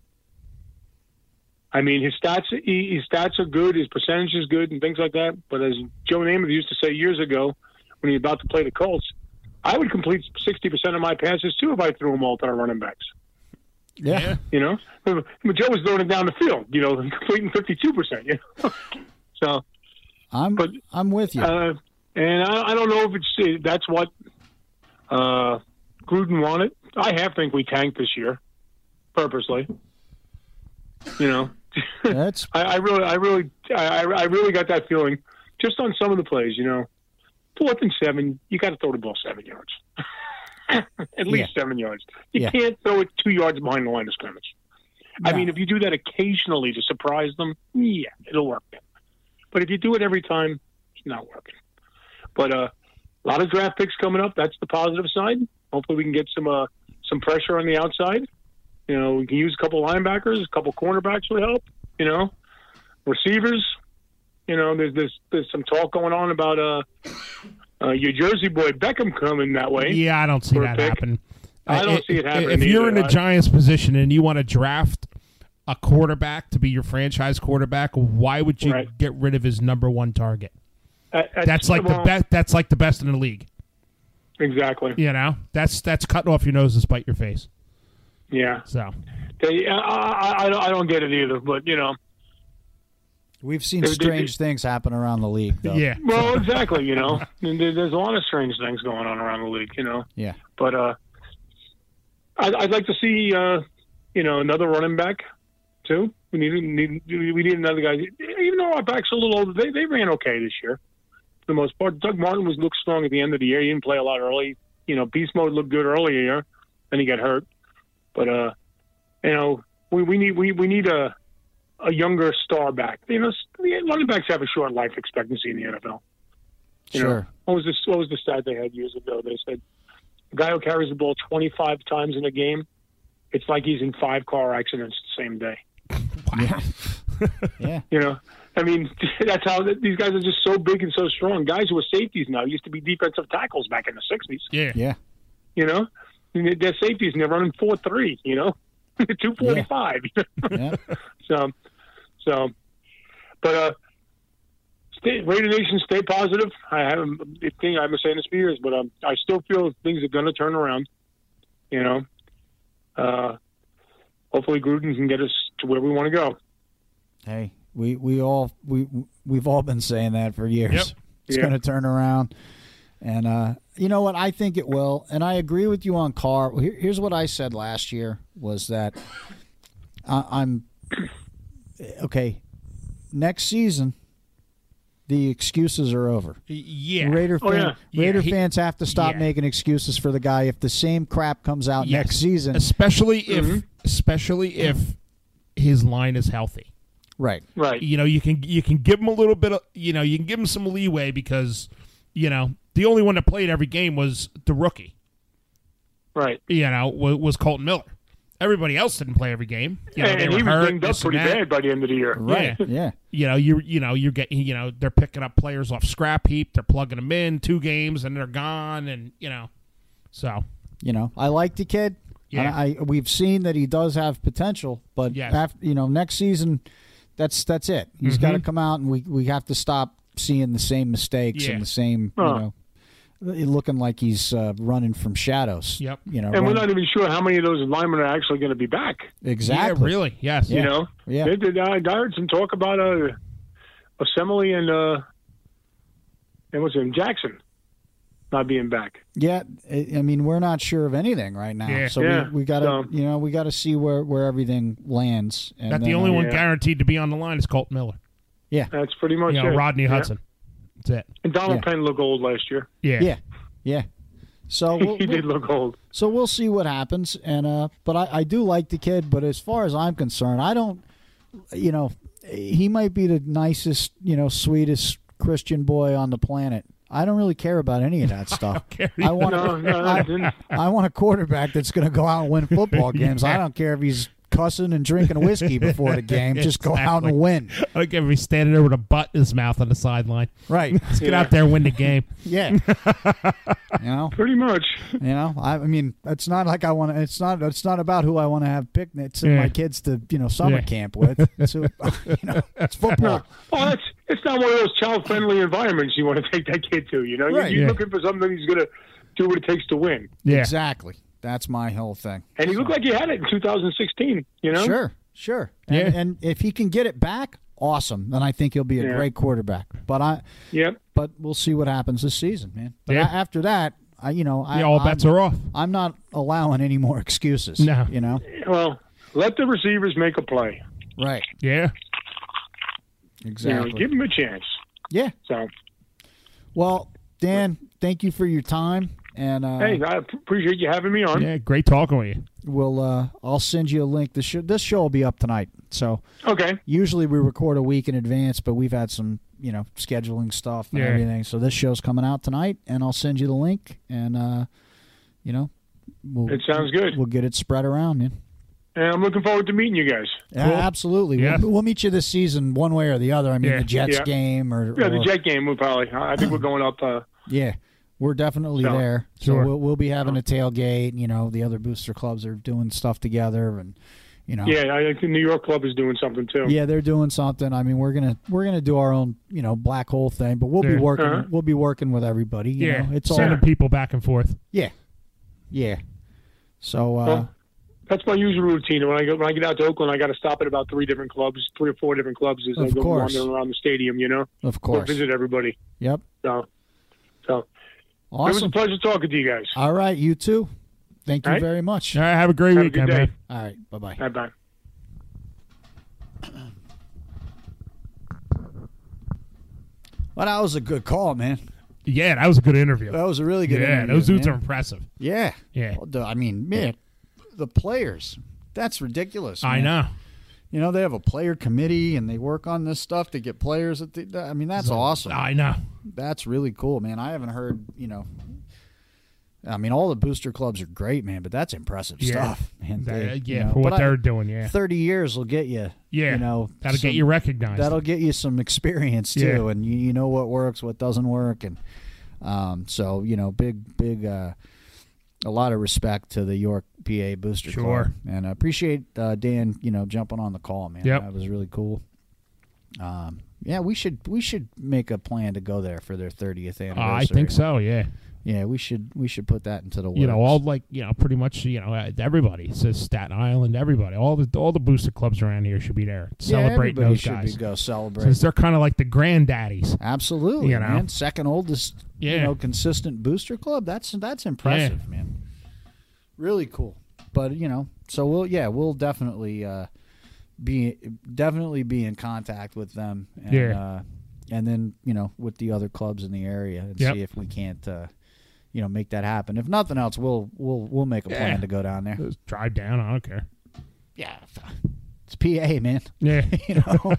S6: I mean, his stats he, his stats are good, his percentage is good, and things like that. But as Joe Namath used to say years ago, when he was about to play the Colts, I would complete sixty percent of my passes too if I threw them all to our running backs.
S4: yeah.
S6: You know, But Joe was throwing it down the field. You know, completing fifty-two percent. You know, so
S4: I'm,
S6: But,
S4: I'm with you.
S6: uh, and I, I don't know if it's that's what uh, Gruden wanted. I half think we tanked this year purposely. You know,
S4: That's
S6: I, I really, I really, I, I I really got that feeling just on some of the plays. You know, fourth and seven, you got to throw the ball seven yards, at least seven yards. You
S4: Yeah.
S6: can't throw it two yards behind the line of scrimmage. I
S4: No.
S6: mean, if you do that occasionally to surprise them, yeah, it'll work. But if you do it every time, it's not working. But uh, a lot of draft picks coming up. That's the positive side. Hopefully, we can get some uh, some pressure on the outside. You know, we can use a couple linebackers, a couple cornerbacks will help. You know, receivers. You know, there's there's, there's some talk going on about uh, uh, your Jersey boy Beckham coming that way.
S3: Yeah, I don't see
S6: For a
S3: that
S6: pick.
S3: happen.
S6: I don't
S3: Uh,
S6: see it happening
S3: If you're in
S6: either.
S3: the
S6: I-
S3: Giants' position and you want to draft a quarterback to be your franchise quarterback, why would you
S6: Right.
S3: get rid of his number one target?
S6: I- I-
S3: That's like the
S6: well,
S3: best. That's like the best in the league.
S6: Exactly.
S3: You know, that's that's cutting off your nose to spite your face.
S6: Yeah.
S3: So
S6: They, I, I, I don't- I don't get it either, but you know,
S4: We've seen
S6: There- there-
S4: strange things happen around the league, though.
S3: yeah,
S6: well, exactly. You know, There- there's a lot of strange things going on around the league. You know,
S4: Yeah.
S6: But uh, I'd, I'd like to see uh, you know another running back too. We need, need we need another guy. Even though our backs are a little older, they, they ran okay this year for the most part. Doug Martin was looked strong at the end of the year. He didn't play a lot early. You know, Beast Mode looked good earlier, year, then he got hurt. But uh, you know, we, we need we, we need a a younger star back. You know, s- the running backs have a short life expectancy in the NFL. You know,
S4: Sure.
S6: what was this? What was the stat they had years ago? They said a guy who carries the ball 25 times in a game, it's like he's in five car accidents the same day.
S4: Yeah.
S6: You know, I mean, that's how th- these guys are just so big and so strong. Guys who are safeties now used to be defensive tackles back in the 60s.
S3: yeah,
S4: Yeah.
S6: You know, and they- they're safeties and they're running four three. You know, two forty five.
S4: Yeah.
S6: So, so, but uh, stay, Raider Nation, stay positive. I haven't I think I've been saying this for years, but um, I still feel things are going to turn around. You know, uh, hopefully Gruden can get us to where we want to go.
S4: Hey, we we all we we've all been saying that for years.
S3: Yep.
S4: It's
S6: Yeah.
S4: going to turn around, and uh, you know what? I think it will, and I agree with you on Carr. Here, here's what I said last year was that I, I'm okay. Next season, the excuses are over.
S3: yeah.
S4: Raider
S6: Oh,
S4: fan,
S3: yeah.
S4: Raider
S3: Yeah, he-
S4: fans have to stop
S3: yeah.
S4: making excuses for the guy if the same crap comes out
S3: Yes.
S4: next season.
S3: especially if
S6: Mm-hmm.
S3: especially if his line is healthy.
S4: Right.
S6: Right.
S3: you know you can you can give him a little bit of you know you can give him some leeway because you know the only one that played every game was the rookie
S6: Right.
S3: you know was, was Colton Miller everybody else didn't play every game you know,
S6: and
S3: they
S6: and
S3: were
S6: he was
S3: hurt,
S6: dinged up
S3: this and
S6: pretty
S3: that.
S6: bad by the end of the year.
S4: Right.
S3: Yeah.
S4: Yeah.
S3: you know you you know you're getting you know they're picking up players off scrap heap they're plugging them in two games and they're gone and you know so
S4: you know, I like the kid.
S3: Yeah.
S4: And I we've seen that he does have potential, but
S3: Yes. Mm-hmm.
S4: after, you know, next season That's that's it. He's got to come out, and we we have to stop seeing the same mistakes
S3: Yeah.
S4: and the same
S6: Huh.
S4: you know it looking like he's uh, running from shadows.
S3: Yep.
S4: You know.
S6: And we're
S4: run-
S6: not even sure how many of those linemen are actually going to be back.
S4: exactly.
S3: Yeah, really. Yes.
S6: You know,
S4: Yeah.
S6: They did- uh, I, I heard some talk about uh, Assembly and uh, and what's it, Jackson not being back.
S4: Yeah, I I mean we're not sure of anything right now,
S3: Yeah.
S4: so
S6: Yeah,
S4: we, we gotta
S6: so-
S4: you know we gotta see where where everything lands. And
S3: That the
S4: then,
S3: only
S4: uh,
S3: one
S6: Yeah.
S3: guaranteed to be on the line is Colt Miller.
S6: That's pretty much
S3: Yeah,
S6: it.
S3: Rodney
S6: Yeah.
S3: Hudson. That's it.
S6: And Donald
S4: Yeah.
S6: Penn looked old last year.
S3: Yeah.
S4: Yeah, yeah. So we'll,
S6: he did
S4: we'll-
S6: look old.
S4: so we'll see what happens, and uh, but I, I do like the kid, but as far as I'm concerned, I don't, you know, he might be the nicest, you know, sweetest Christian boy on the planet. I don't really care about any of that stuff.
S3: care
S4: I want
S6: No, no, I didn't.
S4: I want a quarterback that's going to go out and win football games. I don't care if he's cussing and drinking whiskey before the game. Just go out
S3: Exactly.
S4: and win.
S3: I don't care if he's standing there with a butt in his mouth on the sideline.
S4: Right.
S3: Let's get out there and win the game.
S4: Yeah. you know.
S6: Pretty much.
S4: You know. I, I mean, it's not like I want to. It's not. It's not about who I want to have picnics and
S3: Yeah.
S4: my kids to you know summer
S3: Yeah.
S4: camp with. It's, who- you know, it's football.
S6: Well, that's it's not one of those child-friendly environments you want to take that kid to. You know, You-
S4: Right.
S6: you're
S3: Yeah.
S6: looking for something he's going to do what it takes to win.
S3: Yeah.
S4: Exactly. That's my whole thing.
S6: And he looked like he had it in 2016. You know,
S4: Sure. Sure. And,
S3: Yeah.
S4: and if he can get it back, awesome. Then I think he'll be a
S6: Yeah.
S4: great quarterback. But I.
S6: Yep.
S4: but we'll see what happens this season, man. But
S3: Yeah.
S4: a- after that, I, you know, I,
S3: Yeah, all bets
S4: I'm,
S3: are off.
S4: I'm not allowing any more excuses.
S3: No.
S4: you know,
S6: Well, let the receivers make a play.
S4: right?
S3: Yeah.
S4: Exactly.
S6: You know, give him a chance.
S4: yeah.
S6: So,
S4: Well, Dan, thank you for your time, and uh,
S6: hey, I appreciate you having me on.
S3: Yeah. Great talking with you.
S4: we'll uh, I'll send you a link. This show, this show will be up tonight. So
S6: Okay.
S4: usually we record a week in advance, but we've had some you know scheduling stuff and
S3: Yeah.
S4: everything. So this show's coming out tonight, and I'll send you the link, and uh, you know, we'll,
S6: It sounds good.
S4: we'll get it spread around, man.
S6: And I'm looking forward to meeting you guys.
S4: Yeah, absolutely.
S3: Yeah.
S4: We'll, we'll meet you this season, one way or the other. I mean,
S3: Yeah.
S4: the Jets
S6: Yeah.
S4: game or,
S6: Yeah, the
S4: or-
S6: Jet game, we probably. I I think we're going up. Uh,
S4: yeah, we're definitely
S6: Yeah.
S4: there.
S3: Sure.
S4: So we'll, we'll be having a tailgate. You know, the other booster clubs are doing stuff together, and you know,
S6: yeah, I think the New York club is doing something too.
S4: yeah, they're doing something. I mean, we're gonna we're gonna do our own you know black hole thing, but we'll
S3: Yeah.
S4: be working
S6: Uh-huh.
S4: we'll be working with everybody. You
S3: yeah.
S4: know, it's all
S3: Sending people back and forth.
S4: yeah, yeah. So uh,
S6: Well, that's my usual routine. When I go when I get out to Oakland, I got to stop at about three different clubs, three or four different clubs as I
S4: Of
S6: go
S4: course.
S6: wandering around the stadium. You know,
S4: of
S6: Go
S4: course,
S6: visit everybody.
S4: yep,
S6: So, so it was a
S4: awesome. Uh,
S6: pleasure talking to you guys.
S4: All right, you too. Thank you
S6: All right.
S4: very much.
S3: All right. Have a great
S6: Have a
S3: weekend,
S6: good day.
S3: man.
S4: All right, bye bye.
S6: Bye bye.
S4: Well, that was a good call, man.
S3: Yeah. That was a good interview.
S4: That was a really good.
S3: yeah.
S4: interview,
S3: those dudes
S4: man.
S3: are impressive.
S4: Yeah,
S3: Yeah.
S4: Well, the- I mean, man, the players. That's ridiculous.
S3: I
S4: man.
S3: know.
S4: You know, they have a player committee and they work on this stuff to get players. That they, I mean, that's awesome.
S3: I know.
S4: That's really cool, man. I haven't heard. You know, I mean, all the booster clubs are great, man. But that's impressive
S3: Yeah.
S4: stuff, man.
S3: That-
S4: They-
S3: yeah.
S4: you know,
S3: for what
S4: but I-
S3: they're doing. Yeah.
S4: Thirty years will get you.
S3: yeah.
S4: you know,
S3: that'll
S4: some-
S3: get you recognized.
S4: that'll get you some experience too,
S3: Yeah.
S4: and you, you know what works, what doesn't work, and um, so you know, big, big, uh, a lot of respect to the York PA Booster
S3: Sure.
S4: Club, and I appreciate uh, Dan, you know, jumping on the call, man.
S3: Yep.
S4: that was really cool. Um, yeah, we should we should make a plan to go there for their thirtieth
S3: Uh,
S4: anniversary.
S3: I think so. Yeah.
S4: Yeah, we should we should put that into the works.
S3: you know, all like you know, pretty much you know, uh, everybody It says Staten Island. Everybody, all the all the booster clubs around here should be there
S4: yeah,
S3: celebrating
S4: everybody
S3: those
S4: should
S3: guys
S4: be go celebrate.
S3: since they're kind of like the granddaddies.
S4: Absolutely,
S3: You know?
S4: man. Second oldest, you
S3: Yeah.
S4: know, consistent booster club. That's that's impressive, man. Really cool. But you know, so we'll yeah, we'll definitely uh, be definitely be in contact with them. And,
S3: Yeah.
S4: Uh, and then you know with the other clubs in the area and
S3: Yep.
S4: see if we can't uh, you know make that happen. If nothing else, we'll we'll we'll make a
S3: Yeah.
S4: plan to go down there.
S3: Just drive down. I don't care.
S4: Yeah. It's PA, man
S3: Yeah,
S4: you know.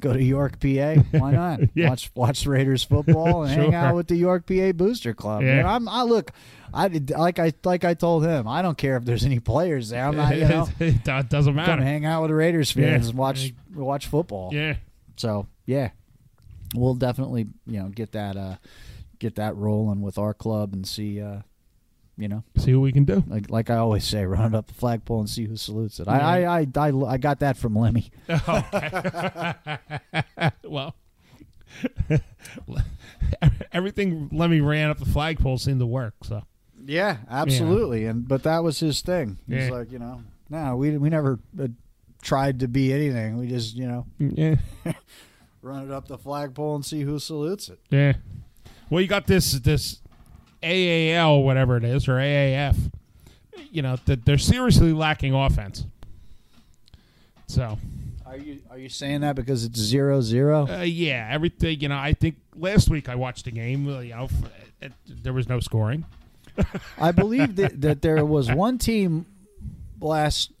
S4: Go to York, PA. Why not
S3: Yeah.
S4: watch watch Raiders football and hang
S3: Sure.
S4: out with the York, PA Booster Club? man.
S3: Yeah.
S4: I'm, I look, I did- like I like I told him, I don't care if there's any players there. I'm not, you know,
S3: it do- doesn't
S4: come
S3: matter.
S4: hang out with the Raiders fans
S3: Yeah.
S4: and watch watch football.
S3: Yeah,
S4: So yeah, we'll definitely you know get that uh get that rolling with our club and see uh You know,
S3: See what we can do.
S4: like like I always say, round up the flagpole and see who salutes it. I I, I, I, I got that from Lemmy.
S3: Well, everything Lemmy ran up the flagpole seemed to work. So
S4: Yeah, absolutely. And but that was his thing. He's
S3: Yeah.
S4: like, you know, no, we we never uh, tried to be anything. We just, you know,
S3: yeah,
S4: run it up the flagpole and see who salutes it.
S3: yeah. Well, you got this this AAL whatever it is or AAF. You know that they're seriously lacking offense. So
S4: Are you are you saying that because it's zero zero?
S3: Uh, yeah, everything. You know, I think last week I watched a game. uh, You know, f- it, it- there was no scoring.
S4: I believe that, that there was one team last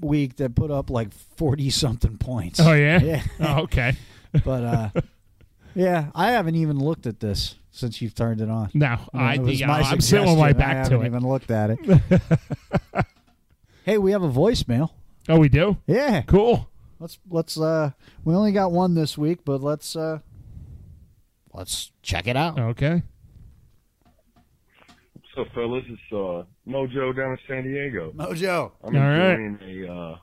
S4: week that put up like 40 something points. Yeah.
S3: Oh, okay.
S4: But uh yeah, I haven't even looked at this since you've turned it on.
S3: No,
S4: You know,
S3: I
S4: it
S3: think
S4: was
S3: you know,
S4: my
S3: I'm sitting with my
S4: suggestion. I
S3: back to
S4: haven't
S3: it.
S4: even looked at it. hey, we have a voicemail.
S3: Oh, we do.
S4: Yeah.
S3: Cool.
S4: Let's let's uh we only got one this week, but let's uh let's check it out.
S3: Okay.
S7: So, fellas, it's uh, Mojo down in San Diego.
S4: Mojo.
S7: I'm
S3: All right.
S7: enjoying a uh,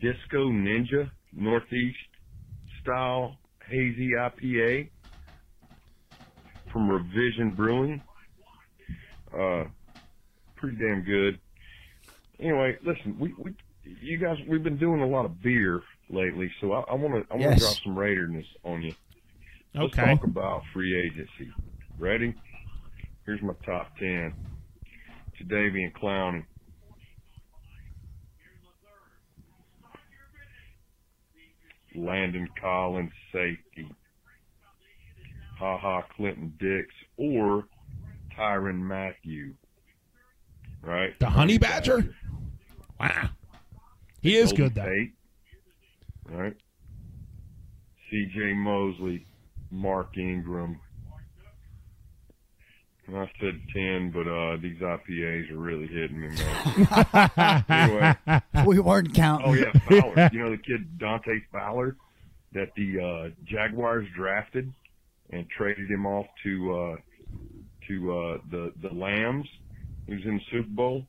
S7: Disco Ninja Northeast style hazy IPA from Revision Brewing. Uh, pretty damn good. Anyway, listen, we, we you guys we've been doing a lot of beer lately, so I want to I want to
S4: Yes.
S7: drop some Raiderness on you. Let's
S3: Okay.
S7: talk about free agency. Ready? Here's my top ten. Today and Clown. Landon Collins safety. Ha ha Clinton Dix or Tyron Matthew. Right?
S3: The honey badger. Wow. He is good though.
S7: Tate, right? C.J. Mosley, Mark Ingram. And I said ten, but uh, these IPAs are really hitting me, man. anyway,
S4: We weren't counting.
S7: oh yeah, Fowler. You know the kid Dante Fowler that the uh, Jaguars drafted and traded him off to uh, to uh, the the Lambs. He was in the Super Bowl.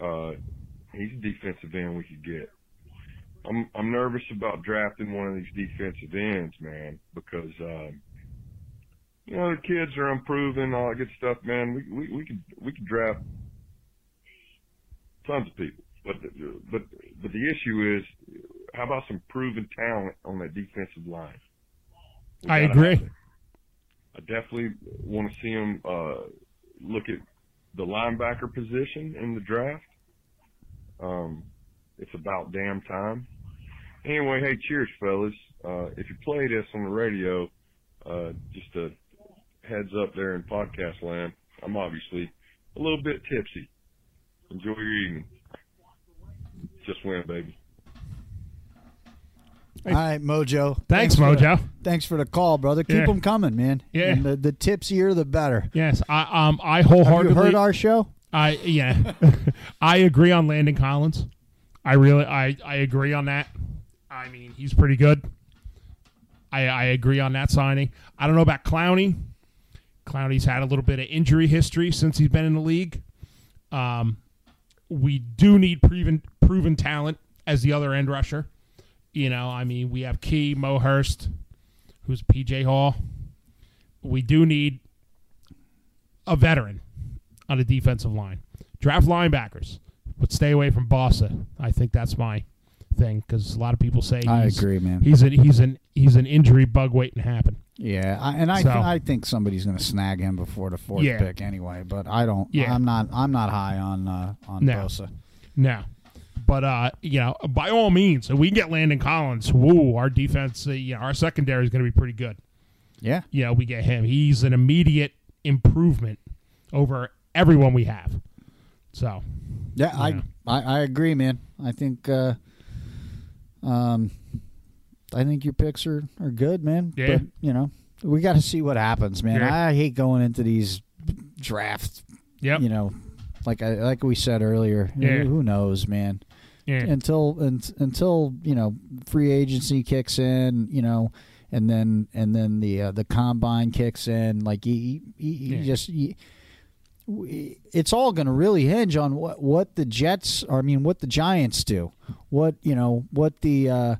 S7: Uh, he's a defensive end we could get. I'm I'm nervous about drafting one of these defensive ends, man, because um, you know the kids are improving, all that good stuff, man. We we we could we could draft tons of people, but the, but but the issue is, how about some proven talent on that defensive line? We
S3: I
S7: gotta
S3: agree.
S7: have it. I definitely want to see him uh, look at the linebacker position in the draft. Um, it's about damn time. Anyway, hey, cheers, fellas. Uh, if you play this on the radio, uh, just a heads up there in podcast land, I'm obviously a little bit tipsy. Enjoy your evening. Just win, baby.
S4: All right, Mojo.
S3: Thanks,
S4: for the-
S3: Mojo.
S4: thanks for the call, brother. Keep
S3: Yeah.
S4: them coming, man.
S3: Yeah.
S4: And the, the tipsier, the better.
S3: Yes. I um I
S4: Have you
S3: wholeheartedly
S4: heard our show?
S3: I yeah. I agree on Landon Collins. I really I I agree on that. I mean, he's pretty good. I I agree on that signing. I don't know about Clowney. Clowney's had a little bit of injury history since he's been in the league. Um we do need proven proven talent as the other end rusher. You know, I mean, we have Key, Mo Hurst, who's PJ Hall. We do need a veteran on the defensive line. Draft linebackers, but stay away from Bossa. I think that's my thing because a lot of people say
S4: I
S3: he's-
S4: agree, man.
S3: He's an he's an he's an injury bug waiting to happen.
S4: Yeah, I, and I
S3: So-
S4: I think somebody's going to snag him before the fourth
S3: Yeah.
S4: pick anyway. But I don't.
S3: Yeah.
S4: I'm not. I'm not high on uh, on
S3: No.
S4: Bosa.
S3: No. But uh, you know, by all means, if we can get Landon Collins, woo, our defense, uh, you know, our secondary is going to be pretty good.
S4: Yeah,
S3: You know, we get him. He's an immediate improvement over everyone we have. So,
S4: yeah.
S3: Yeah.
S4: I, I I agree, man. I think. Uh, um, I think your picks are are good, man.
S3: Yeah.
S4: But, you know, we got to see what happens, man.
S3: Yeah.
S4: I hate going into these drafts.
S3: yep.
S4: You know, like I like we said earlier.
S3: Yeah.
S4: Who, who knows, man?
S3: yeah.
S4: until un- until you know free agency kicks in you know and then and then the uh, the combine kicks in like you, you, you- you
S3: Yeah.
S4: just you, it's all going to really hinge on what what the Jets, or I mean, what the Giants do, what you know, what the uh,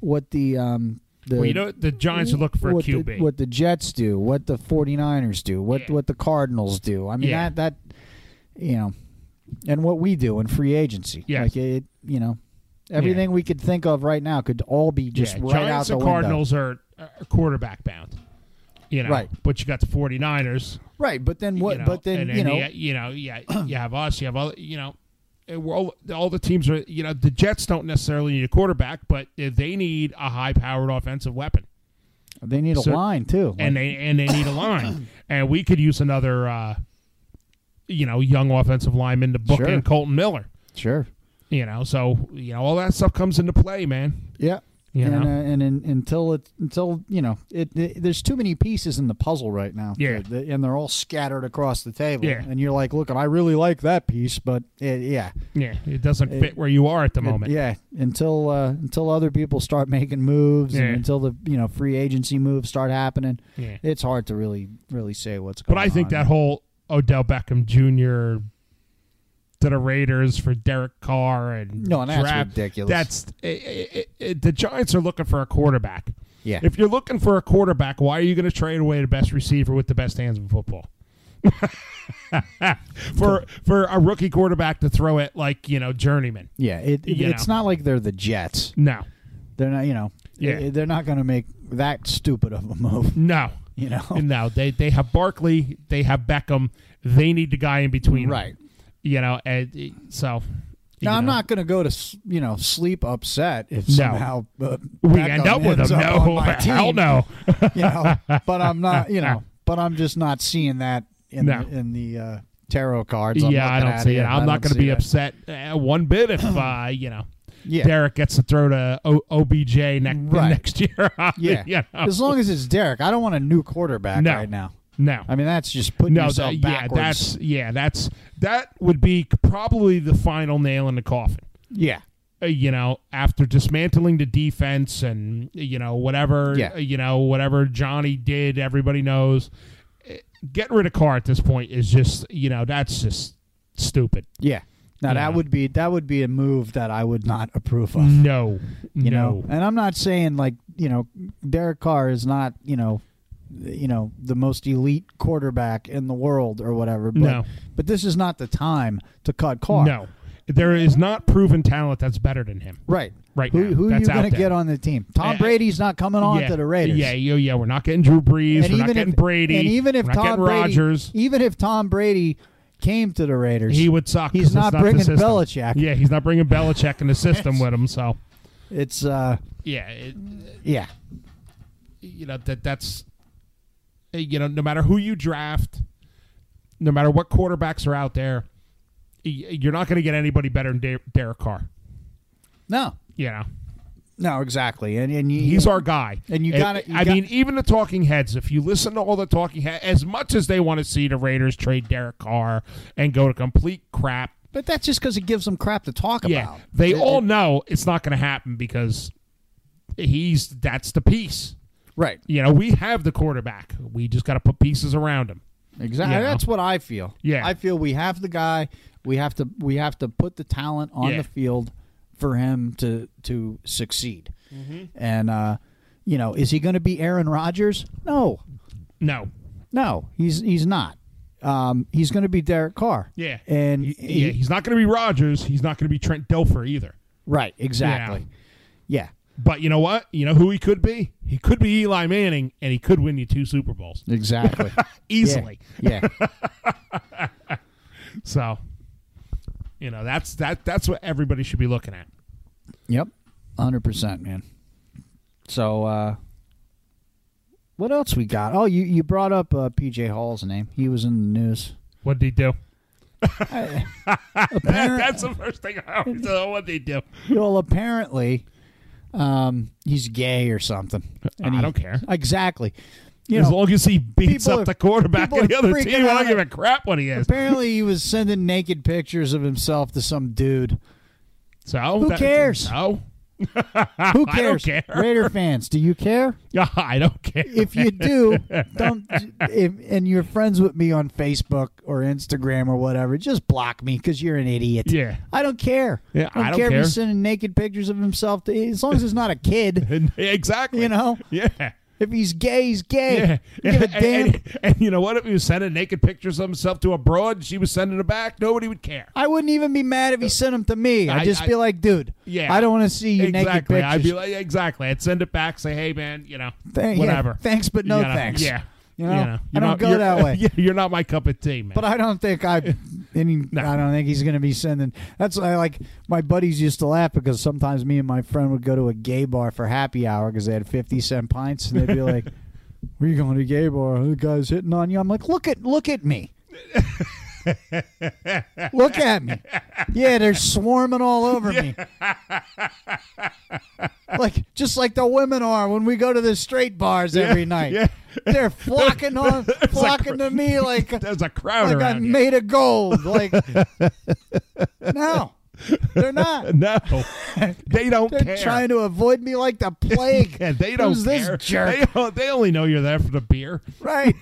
S4: what the um, the
S3: well, you know, the Giants are looking for a
S4: what
S3: QB.
S4: The, what the Jets do, what the 49ers do, what
S3: Yeah.
S4: what the Cardinals do. I mean
S3: Yeah.
S4: that that you know, and what we do in free agency.
S3: Yes.
S4: Like it, you know, everything we could think of right now could all be just
S3: yeah,
S4: right
S3: Giants
S4: out
S3: and
S4: the window.
S3: Cardinals are, are quarterback bound. You know,
S4: Right.
S3: But you got the 49ers.
S4: Right, but then
S3: you
S4: what?
S3: know,
S4: but
S3: and
S4: then,
S3: e-
S4: you know,
S3: you, you know, yeah, you have us. You have all, you know, and we're all all the teams are. You know, the Jets don't necessarily need a quarterback, but they need a high-powered offensive weapon.
S4: they need a
S3: so-
S4: line too. Like,
S3: and they and they need a line, and we could use another, uh, you know, young offensive lineman to book
S4: Sure.
S3: in Colton Miller.
S4: sure,
S3: You know, so you know all that stuff comes into play, man.
S4: yeah.
S3: You
S4: and
S3: know?
S4: uh, and in, until it until you know it, it- there's too many pieces in the puzzle right now.
S3: Yeah.
S4: The- and they're all scattered across the table.
S3: Yeah.
S4: and you're like, look, I really like that piece, but it, yeah,
S3: Yeah, it doesn't fit where you are at the
S4: It-
S3: moment.
S4: Yeah, until uh, until other people start making moves
S3: Yeah.
S4: and until the you know free agency moves start happening,
S3: Yeah.
S4: it's hard to really really say what's going
S3: But
S4: on.
S3: I think that whole Odell Beckham Jr. to the Raiders for Derek Carr and
S4: No, and that's
S3: draft-
S4: ridiculous.
S3: That's eh, i i i the Giants are looking for a quarterback.
S4: Yeah.
S3: If you're looking for a quarterback, why are you going to trade away the best receiver with the best hands in football? for for a rookie quarterback to throw it like you know journeyman.
S4: yeah, it,
S3: You
S4: it's
S3: know.
S4: not like they're the Jets.
S3: No,
S4: They're not you know
S3: Yeah.
S4: they're not going to make that stupid of a move.
S3: no,
S4: You know
S3: no. They they have Barkley. They have Beckham. They need the guy in between. them.
S4: right.
S3: You know, and eh, so. you
S4: Now I'm
S3: know.
S4: not going to go to s- you know sleep upset if
S3: No.
S4: somehow uh,
S3: we
S4: Beckham
S3: end up with
S4: ends
S3: them.
S4: up on
S3: No,
S4: my
S3: hell
S4: team.
S3: no.
S4: you know. But I'm not, you know. But I'm just not seeing that in
S3: No.
S4: the, in the uh, tarot cards. I'm
S3: yeah, I
S4: looking
S3: don't
S4: at
S3: see it.
S4: and
S3: I'm
S4: I
S3: not
S4: don't
S3: going to be
S4: see that.
S3: upset uh, one bit if uh, you know
S4: Yeah.
S3: Derek gets to throw to o- OBJ next
S4: Right.
S3: next year.
S4: Yeah,
S3: you know?
S4: As long as it's Derek, I don't want a new quarterback
S3: No.
S4: right now.
S3: no,
S4: I mean, that's just putting
S3: no,
S4: yourself
S3: that, yeah,
S4: backwards.
S3: that's yeah, that's that would be probably the final nail in the coffin.
S4: yeah,
S3: Uh, you know, after dismantling the defense and you know whatever
S4: Yeah.
S3: uh, you know whatever Johnny did, everybody knows. Uh, Getting rid of Carr at this point is just you know that's just stupid.
S4: yeah. Now
S3: Yeah.
S4: that would be that would be a move that I would not approve of.
S3: No, no.
S4: You know, and I'm not saying like you know Derek Carr is not you know you know the most elite quarterback in the world or whatever. But,
S3: No.
S4: but this is not the time to cut Carr.
S3: No, there is not proven talent that's better than him.
S4: Right.
S3: Right
S4: Who,
S3: now.
S4: who are
S3: That's
S4: you
S3: out
S4: going to
S3: there.
S4: get on the team?
S3: I-
S4: Tom Brady's not coming on
S3: yeah.
S4: to the Raiders.
S3: Yeah, yeah, yeah. We're not getting Drew Brees.
S4: And
S3: we're not
S4: even
S3: getting
S4: if
S3: Brady.
S4: and even if
S3: we're not
S4: Tom
S3: getting
S4: Brady,
S3: Rodgers,
S4: even if Tom Brady came to the Raiders,
S3: he would suck. 'cause
S4: He's
S3: it's
S4: not
S3: the
S4: bringing
S3: system.
S4: Belichick.
S3: Yeah, he's not bringing Belichick in the system with him. So
S4: It's uh,
S3: yeah, it,
S4: yeah,
S3: you know that that's eh, you know no matter who you draft, no matter what quarterbacks are out there, y- you're not going to get anybody better than Der- Derek Carr.
S4: no,
S3: You know.
S4: no, exactly. And and you,
S3: He's our guy. Eh,
S4: And you gotta- you
S3: I
S4: got-
S3: mean, even the talking heads. If you listen to all the talking heads, as much as they want to see the Raiders trade Derek Carr and go to complete crap,
S4: but that's just because it gives them crap to talk
S3: yeah,
S4: about.
S3: they
S4: It-
S3: all
S4: it-
S3: know it's not going to happen because he's that's the piece.
S4: right,
S3: You know, we have the quarterback. We just got to put pieces around him.
S4: exactly.
S3: Yeah.
S4: That's what I feel.
S3: Yeah.
S4: I feel we have the guy. We have to we have to put the talent on
S3: Yeah.
S4: the field for him to to succeed.
S3: Mm-hmm.
S4: And uh, you know, is he going to be Aaron Rodgers? No,
S3: No,
S4: No, he's he's not. Um, he's going to be Derek Carr.
S3: yeah,
S4: and
S3: He-
S4: he-
S3: yeah, he's not going to be Rogers. He's not going to be Trent Dilfer either.
S4: right, exactly. Yeah.
S3: But you know what? You know who he could be? He could be Eli Manning, and he could win you two Super Bowls
S4: exactly.
S3: easily.
S4: Yeah, yeah.
S3: So, you know, that's that that's what everybody should be looking at.
S4: yep, hundred percent, man. So, uh, what else we got? Oh, you you brought up uh, PJ Hall's name. He was in the news.
S3: What did he do?
S4: Apparent-
S3: that's the first thing I always know. What did he do?
S4: well, apparently, um, he's gay or something.
S3: I don't care.
S4: Exactly. You
S3: as
S4: know,
S3: long as he beats
S4: people
S3: up
S4: are-
S3: the quarterback
S4: people
S3: of the
S4: are
S3: other
S4: freaking
S3: team, I
S4: out.
S3: don't give a crap what he is.
S4: apparently he was sending naked pictures of himself to some dude.
S3: So
S4: Who cares?
S3: No,
S4: Who
S3: I don't
S4: cares?
S3: care.
S4: Raider fans, do you care?
S3: I don't care.
S4: If you do, don't. If, and you're friends with me on Facebook or Instagram or whatever, just block me because you're an idiot.
S3: Yeah.
S4: I don't care.
S3: Yeah, I don't
S4: care, if
S3: care.
S4: he's sending naked pictures of himself to as long as it's not a kid.
S3: exactly.
S4: You know,
S3: Yeah.
S4: if he's gay, he's
S3: Yeah.
S4: gay. Give a
S3: And-
S4: damn.
S3: And, and you know what? If he was sending naked pictures of himself to a broad, and she was sending it back, nobody would care.
S4: I wouldn't even be mad if he sent them to me. I'd
S3: I-
S4: just
S3: I-
S4: be like, dude,
S3: Yeah.
S4: I don't want to see you naked
S3: exactly.
S4: pictures.
S3: I'd be like, exactly. I'd send it back, say, hey, man, you know,
S4: Thank- yeah,
S3: whatever.
S4: thanks, but no
S3: You know,
S4: thanks.
S3: Yeah.
S4: You know? I
S3: you're
S4: don't go
S3: you're-
S4: that way.
S3: yeah, you're not my cup of tea, man.
S4: But I don't think I, any, I don't think he's going to be sending. That's why, like my buddies used to laugh because sometimes me and my friend would go to a gay bar for happy hour because they had fifty cent pints and they'd be like, "Where you going to a gay bar? The guy's hitting on you." I'm like, "Look at look at me." Look at me. Yeah, they're swarming all over me. like just like the women are when we go to the straight bars every night.
S3: yeah.
S4: They're flocking on flocking to me like
S3: there's a crowd
S4: like
S3: around
S4: I'm
S3: you.
S4: made of gold. Like no, they're not.
S3: no, they don't
S4: They're
S3: care.
S4: trying to avoid me like the plague.
S3: yeah, they don't
S4: Who's
S3: care.
S4: this jerk?
S3: They, don't- they only know you're there for the beer.
S4: right?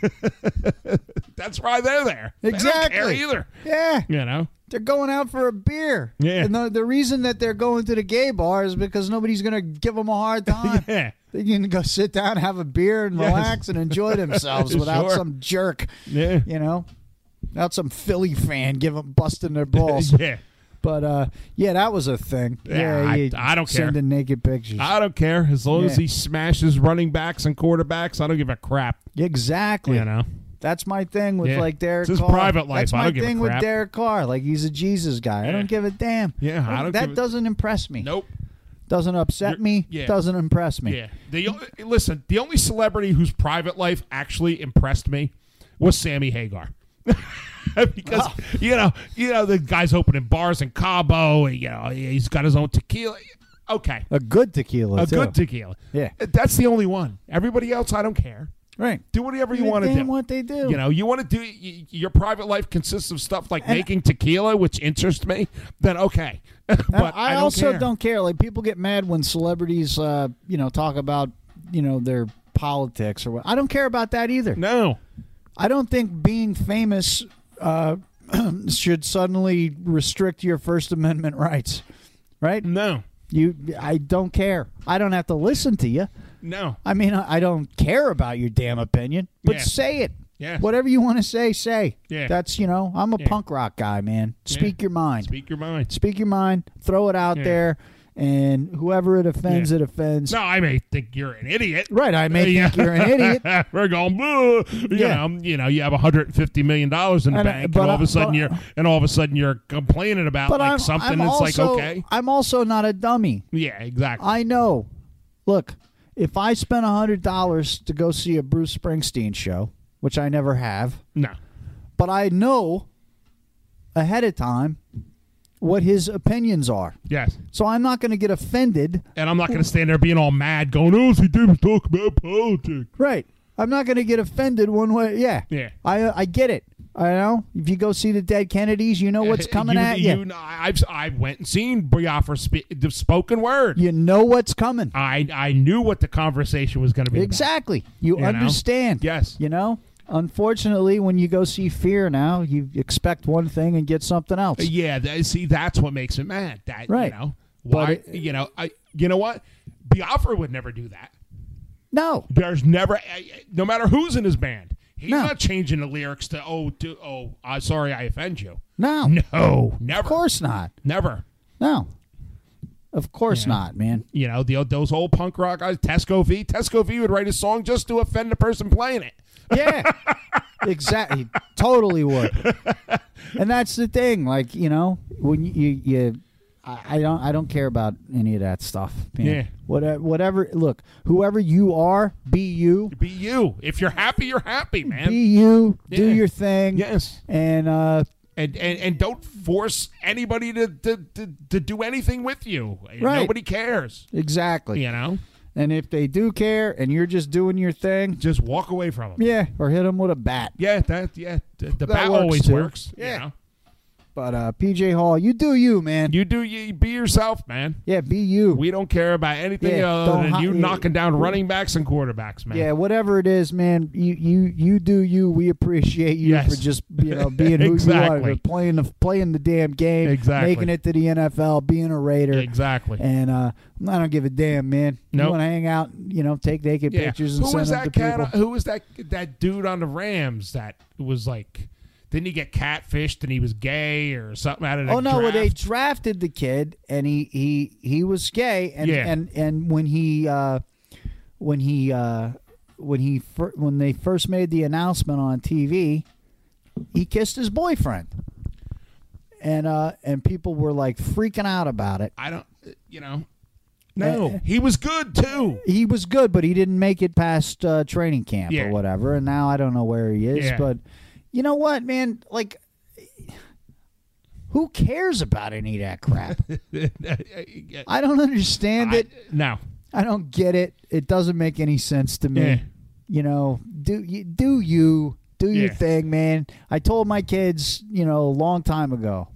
S3: That's why they're there. They don't care
S4: Exactly.
S3: either.
S4: Yeah,
S3: You know.
S4: they're going out for a beer.
S3: Yeah.
S4: and the, the reason that they're going to the gay bar is because nobody's gonna give them a hard time.
S3: Yeah.
S4: They can go sit down, have a beer, and
S3: Yes.
S4: relax and enjoy themselves without
S3: Sure.
S4: some jerk.
S3: Yeah.
S4: you know, without some Philly fan giving busting their balls.
S3: yeah.
S4: But uh, yeah, that was a thing.
S3: Yeah, I-
S4: he
S3: I don't care.
S4: sending naked pictures.
S3: I don't care as long as
S4: Yeah.
S3: he smashes running backs and quarterbacks. I don't give a crap.
S4: exactly.
S3: You know.
S4: That's my thing with
S3: Yeah.
S4: like Derek.
S3: It's his
S4: Carr.
S3: private life.
S4: That's
S3: I
S4: my
S3: don't give a
S4: thing with
S3: crap.
S4: Derek Carr. Like he's a Jesus guy. I
S3: Yeah.
S4: don't give a damn.
S3: Yeah, I don't
S4: That
S3: give a-
S4: doesn't impress me.
S3: Nope.
S4: Doesn't upset
S3: You're-
S4: me.
S3: yeah.
S4: Doesn't impress me.
S3: Yeah. The o- listen, the only celebrity whose private life actually impressed me was Sammy Hagar. because
S4: Oh.
S3: you know, you know the guy's opening bars in Cabo, and, you know, he's got his own tequila. Okay.
S4: A good tequila.
S3: A
S4: too.
S3: good tequila.
S4: Yeah.
S3: That's the only one. Everybody else I don't care.
S4: Right.
S3: Do whatever you
S4: They-
S3: want to
S4: they
S3: do.
S4: what they do.
S3: You know, you want to do y- your private life consists of stuff like making tequila, which interests me. Then okay, but
S4: And
S3: I,
S4: Uh, I,
S3: don't
S4: also
S3: care.
S4: don't care. Like people get mad when celebrities, uh, you know, talk about you know their politics or what. I don't care about that either.
S3: No,
S4: I don't think being famous uh, should suddenly restrict your First Amendment rights. Right?
S3: no,
S4: You, I don't care. I don't have to listen to you.
S3: no.
S4: I mean, I I don't care about your damn opinion, but
S3: Yeah.
S4: say it.
S3: Yeah.
S4: Whatever you want to say, say.
S3: Yeah.
S4: That's you know, I'm a
S3: Yeah.
S4: punk rock guy, man. Speak your mind
S3: Speak your mind.
S4: speak your mind, throw it out
S3: Yeah.
S4: there, and whoever it offends,
S3: Yeah.
S4: it offends.
S3: No, I may think you're an idiot.
S4: Right, I may think you're an idiot.
S3: We're going, "Boo." you
S4: Yeah.
S3: know, you know, you have 150 million dollars in the
S4: And I-
S3: bank,
S4: but
S3: and all of
S4: I-
S3: a sudden
S4: but-
S3: you're, and all of a sudden you're complaining about
S4: But
S3: like
S4: I'm,
S3: something.
S4: I'm
S3: it's
S4: also,
S3: like okay,
S4: I'm also not a dummy.
S3: yeah, exactly.
S4: I know. Look, if I spent hundred dollars to go see a Bruce Springsteen show, which I never have,
S3: no,
S4: but I know ahead of time what his opinions are.
S3: yes.
S4: So I'm not going to get offended.
S3: And I'm not going to stand there being all mad, going, "Oh, he didn't talk about politics."
S4: Right. I'm not going to get offended one way. Yeah.
S3: Yeah.
S4: I I get it. I know. If you go see the dead Kennedys, you know what's coming
S3: you,
S4: at
S3: you.
S4: you.
S3: know, I've I went and seen Biafra spe- the spoken word.
S4: You know what's coming.
S3: I I knew what the conversation was going to be. about.
S4: Exactly. You,
S3: know?
S4: understand.
S3: Yes.
S4: You know? Unfortunately, when you go see fear now, you expect one thing and get something else.
S3: Yeah. That, see, that's what makes it mad. That
S4: Right.
S3: you know
S4: But
S3: why
S4: it-
S3: you know I you know what Biafra would never do that.
S4: No.
S3: There's never I- no matter who's in his band. He's
S4: No.
S3: not changing the lyrics to oh do, oh I sorry I offend you.
S4: No.
S3: No, never.
S4: Of course not.
S3: Never.
S4: No. Of course not, man.
S3: You know, the, those old punk rock guys, Tesco V. Tesco V would write a song just to offend the person playing it.
S4: Yeah. exactly. Totally would. And that's the thing. Like you know, when you you, you I, I don't I don't care about any of that stuff. Man.
S3: Yeah.
S4: Whatever. Whatever. Look, whoever you are, be you.
S3: Be you. If you're happy, you're happy, man.
S4: Be you. Do
S3: Yeah.
S4: your thing.
S3: Yes.
S4: And uh,
S3: and, and and don't force anybody to to, to, to do anything with you.
S4: Right.
S3: Nobody cares.
S4: exactly.
S3: You know,
S4: And if they do care, and you're just doing your thing,
S3: just walk away from them.
S4: yeah, or hit them with a bat.
S3: Yeah, that yeah. The, the
S4: That
S3: bat
S4: works
S3: always
S4: too.
S3: works.
S4: Yeah.
S3: You know?
S4: But uh, PJ Hall, you do you, man.
S3: You do you. Be yourself, man.
S4: Yeah, be you.
S3: We don't care about anything
S4: Yeah,
S3: other
S4: don't
S3: than
S4: hi-
S3: you
S4: yeah.
S3: knocking down running backs and quarterbacks, man.
S4: Yeah, whatever it is, man. You you you do you. We appreciate you
S3: Yes.
S4: for just you know being who you
S3: Exactly.
S4: are, playing the playing the damn game,
S3: Exactly.
S4: making it to the NFL, being a Raider.
S3: Exactly.
S4: And uh, I don't give a damn, man.
S3: Nope.
S4: You want to hang out, you know, take naked
S3: Yeah.
S4: pictures and
S3: Who
S4: send
S3: was
S4: them to
S3: that cat?
S4: people.
S3: Who was that that dude on the Rams that was like? Didn't he get catfished and he was gay or something out of the
S4: Oh no! Well, they
S3: draft?
S4: drafted the kid, and he he he was gay, and
S3: Yeah.
S4: and and when he uh, when he uh, when he fir- when they first made the announcement on TV, he kissed his boyfriend, and uh, and people were like freaking out about it.
S3: I don't. uh, You
S4: Uh,
S3: know. No, he was good too.
S4: He was good, but he didn't make it past uh, training camp
S3: Yeah.
S4: or whatever, and now I don't know where he is.
S3: Yeah.
S4: But you know what, man? Like, who cares about any of that crap? I don't understand it.
S3: no.
S4: I don't get it. It doesn't make any sense to me.
S3: Yeah.
S4: You know, do you do you do your
S3: Yeah.
S4: thing, man? I told my kids, you know, a long time ago.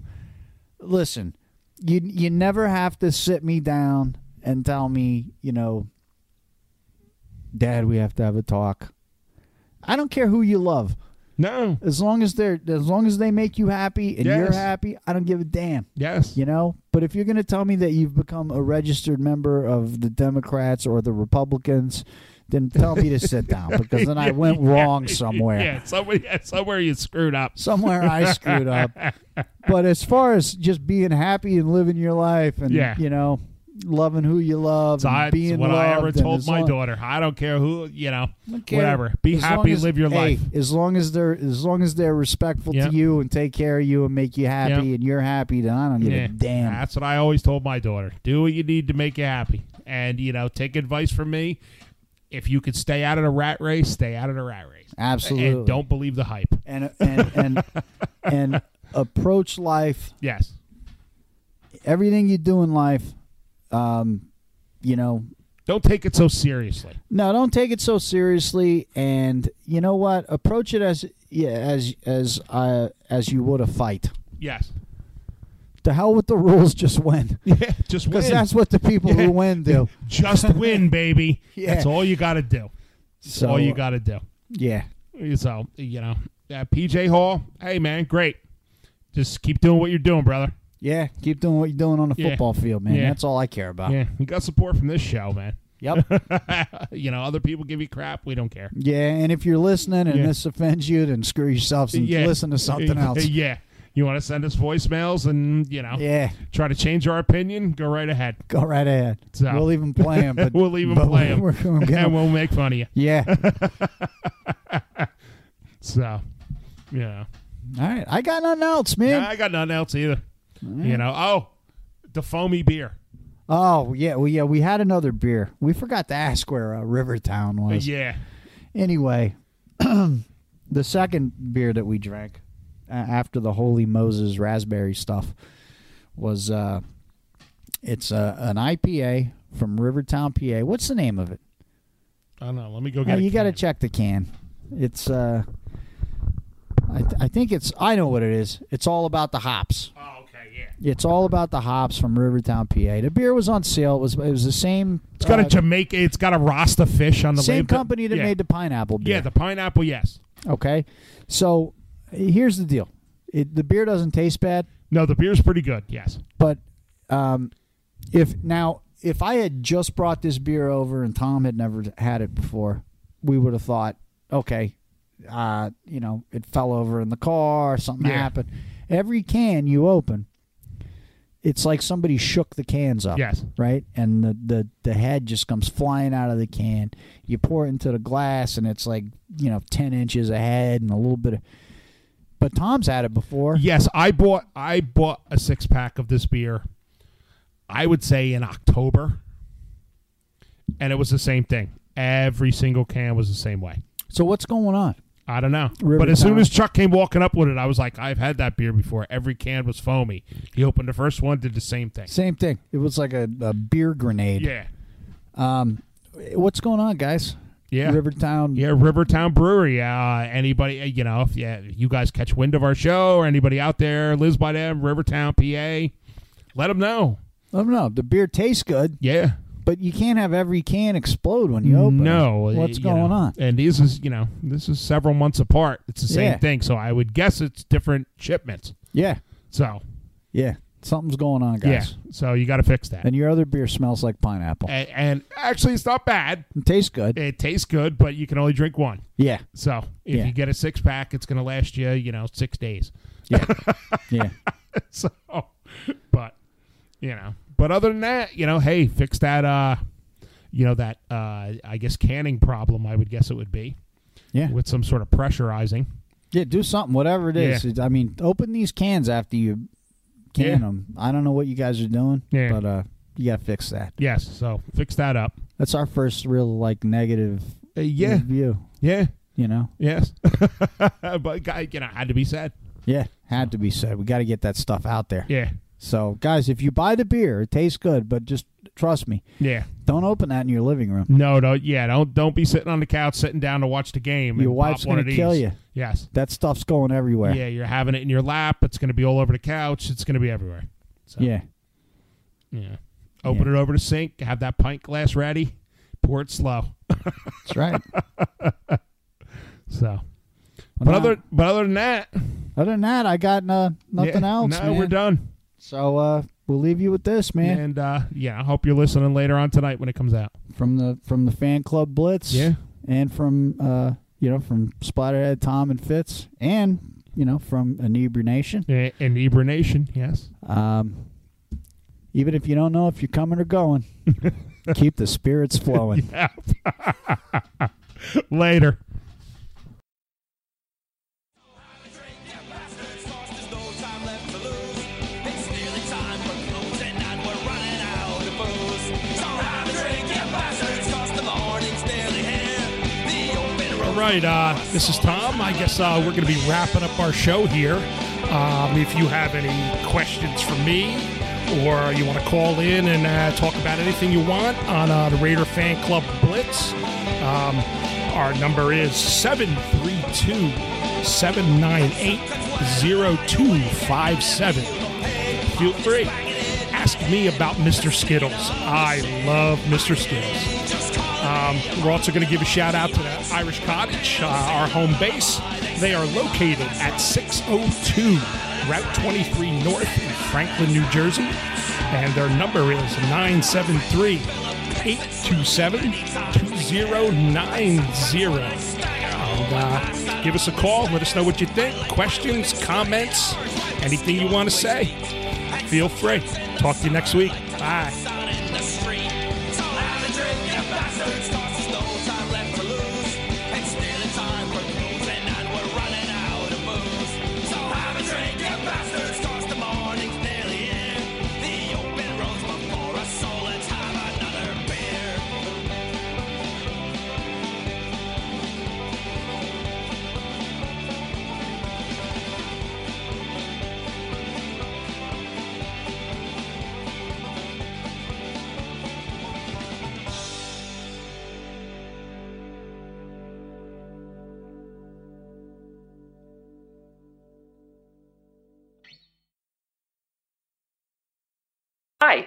S4: Listen, you you never have to sit me down and tell me, you know, Dad, we have to have a talk. I don't care who you love,
S3: No.
S4: as long as they're as long as they make you happy and you're
S3: Yes.
S4: happy. I don't give a damn
S3: Yes.
S4: you know but if you're going to tell me that you've become a registered member of the democrats or the republicans then tell me to sit down because then i went wrong somewhere
S3: Yeah, somewhere, yeah, somewhere you screwed up.
S4: somewhere i screwed up but as far as just being happy and living your life and
S3: Yeah.
S4: you know loving who you love
S3: So
S4: and
S3: I,
S4: being
S3: it's what
S4: loved
S3: I ever
S4: and
S3: told
S4: as
S3: my
S4: long-
S3: daughter. I don't care who you know,
S4: don't care.
S3: whatever. Be
S4: As long
S3: happy,
S4: as-
S3: live your
S4: hey,
S3: life.
S4: As long as they're as long as they're respectful
S3: Yeah.
S4: to you and take care of you and make you happy
S3: Yeah.
S4: and you're happy, then I don't give
S3: Yeah.
S4: a damn.
S3: That's what I always told my daughter. Do what you need to make you happy, and you know, take advice from me. If you could stay out of the rat race, stay out of the rat race.
S4: Absolutely.
S3: And don't believe the hype.
S4: and and and, and approach life
S3: Yes.
S4: everything you do in life um you know
S3: Don't take it so seriously.
S4: no don't take it so seriously and you know what approach it as yeah as as uh, as you would a fight
S3: Yes.
S4: the hell with the rules just win
S3: Yeah. Just
S4: because
S3: win.
S4: that's what the people
S3: Yeah.
S4: who win do
S3: Just win, baby.
S4: Yeah.
S3: That's all you got to do. That's
S4: So,
S3: all you
S4: uh,
S3: got to do.
S4: yeah
S3: So you know, uh, PJ Hall. Hey man, great. Just keep doing what you're doing, brother.
S4: yeah keep doing what you're doing on the
S3: Yeah.
S4: football field man
S3: Yeah.
S4: that's all i care about
S3: Yeah, you got support from this show, man.
S4: yep
S3: you know, other people give you crap. We don't care.
S4: yeah and if you're listening and
S3: Yeah.
S4: this offends you then screw yourselves and
S3: Yeah.
S4: listen to something else
S3: Yeah. You want to send us voicemails and, you know,
S4: yeah
S3: try to change our opinion? Go right ahead.
S4: Go right ahead.
S3: So-
S4: We'll even play him. But
S3: we'll even
S4: but
S3: play 'em.
S4: We're gonna get 'em.
S3: and we'll make fun of you.
S4: yeah. All
S3: So, you know.
S4: right. I got nothing else, man.
S3: Nah, I got nothing else either. You know, oh, the foamy beer.
S4: Oh yeah. Well, yeah. We had another beer. We forgot to ask where uh, Rivertown was.
S3: yeah.
S4: Anyway, the second beer that we drank uh, after the Holy Moses raspberry stuff was uh, it's uh, an IPA from Rivertown, PA. What's the name of it?
S3: I don't know. Let me go
S4: Uh,
S3: get it.
S4: you got to check the can. It's uh, I, th- I think it's I know what it is. It's all about the hops.
S3: Oh, okay, yeah.
S4: It's all about the hops from Rivertown, PA. The beer was on sale. It was it was the same.
S3: It's got
S4: uh,
S3: a Jamaica, it's got a Rasta fish on the
S4: same
S3: label.
S4: company that
S3: yeah.
S4: made the pineapple beer.
S3: Yeah, the pineapple, yes.
S4: okay, so here's the deal. It, the beer doesn't taste bad,
S3: No, the beer's pretty good, yes.
S4: but um, if now if I had just brought this beer over and Tom had never had it before, we would have thought, okay, uh, you know, it fell over in the car, something
S3: Yeah.
S4: happened. Every can you open, it's like somebody shook the cans up.
S3: Yes.
S4: Right? And the, the, the head just comes flying out of the can. You pour it into the glass and it's like, you know, ten inches ahead and a little bit of but Tom's had it before.
S3: Yes, I bought I bought a six pack of this beer. I would say in October, and it was the same thing. Every single can was the same way.
S4: So what's going on?
S3: I don't know,
S4: River
S3: but as soon
S4: Town.
S3: as Chuck came walking up with it, I was like, "I've had that beer before." Every can was foamy. He opened the first one, did the same thing.
S4: Same thing. It was like a, a beer grenade.
S3: Yeah,
S4: Um, what's going on, guys?
S3: Yeah.
S4: Rivertown.
S3: Yeah, Rivertown Brewery. Uh, anybody, uh, you know, if yeah, you guys catch wind of our show or anybody out there lives by them, Rivertown, PA, let them know.
S4: I don't know. The beer tastes good,
S3: Yeah.
S4: but you can't have every can explode when you open. it.
S3: No, uh,
S4: what's
S3: you
S4: going
S3: know,
S4: on?
S3: And this is, you know, this is several months apart. It's the same
S4: Yeah.
S3: thing, so I would guess it's different shipments.
S4: Yeah,
S3: So
S4: yeah, something's going on, guys.
S3: yeah, so you got to fix that. And,
S4: And your other beer smells like pineapple.
S3: and, actually, it's not bad.
S4: It tastes good.
S3: It tastes good, but you can only drink one.
S4: Yeah,
S3: So if
S4: Yeah.
S3: you get a six pack, it's going to last you, you know, six days.
S4: yeah.
S3: so but you know but other than that you know hey fix that uh you know that uh i guess canning problem i would guess it would be
S4: Yeah.
S3: with some sort of pressurizing
S4: Yeah, do something, whatever it is.
S3: Yeah.
S4: It- I mean, open these cans after you can
S3: Yeah.
S4: them. I don't know what you guys are doing,
S3: Yeah.
S4: but uh, you got to fix that.
S3: yes so fix that up
S4: That's our first real like negative
S3: Uh, yeah
S4: review.
S3: yeah
S4: You know,
S3: yes but guy you know had to be said
S4: yeah, had to be said. We got to get that stuff out there.
S3: yeah
S4: So, guys, if you buy the beer, it tastes good, but just trust me,
S3: yeah
S4: don't open that in your living room.
S3: no no yeah don't don't be sitting on the couch sitting down to watch the game
S4: Your
S3: and
S4: wife's
S3: pop one
S4: gonna
S3: of
S4: kill
S3: these.
S4: you.
S3: yes
S4: That stuff's going everywhere.
S3: yeah you're having it in your lap it's going to be all over the couch it's going to be everywhere so
S4: yeah.
S3: Yeah. Open it over the sink, have that pint glass ready, pour it slow.
S4: That's right.
S3: So
S4: Well,
S3: but
S4: now-
S3: other but other than that
S4: other than that, I got uh, nothing
S3: yeah,
S4: else.
S3: No,
S4: man.
S3: we're done.
S4: So uh, we'll leave you with this, man.
S3: And uh yeah, I hope you're listening later on tonight when it comes out.
S4: from the from the fan club blitz
S3: Yeah.
S4: and from uh you know from splatterhead tom and fitz and you know from inebriation
S3: And eburnation, yes.
S4: um even if you don't know if you're coming or going keep the spirits flowing
S3: Later. All right, uh, this is Tom. I guess uh, we're going to be wrapping up our show here. Um, if you have any questions for me, or you want to call in and uh, talk about anything you want on uh, the Raider Fan Club Blitz, um, our number is 732 798 0257 feel free. Ask me about Mr. Skittles. I love Mr. Skittles. Um, we're also going to give a shout out to the Irish Cottage, uh, our home base. They are located at 602 Route 23 North in Franklin, New Jersey. And their number is 973 827 2090 and uh, give us a call. Let us know what you think. Questions, comments, anything you want to say. Feel free. Talk to you next week. Bye.
S6: Hi,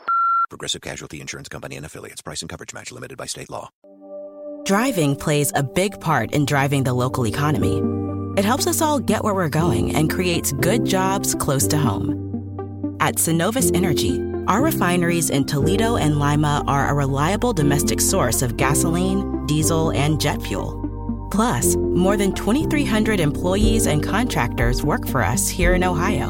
S8: Progressive Casualty Insurance Company and affiliates. Price and coverage match limited by state law.
S9: Driving plays a big part in driving the local economy. It helps us all get where we're going and creates good jobs close to home. At Synovus Energy, our refineries in Toledo and Lima are a reliable domestic source of gasoline, diesel, and jet fuel. Plus, more than 2,300 employees and contractors work for us here in Ohio.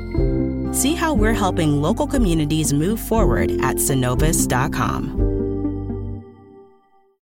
S9: See how we're helping local communities move forward at synovus.com.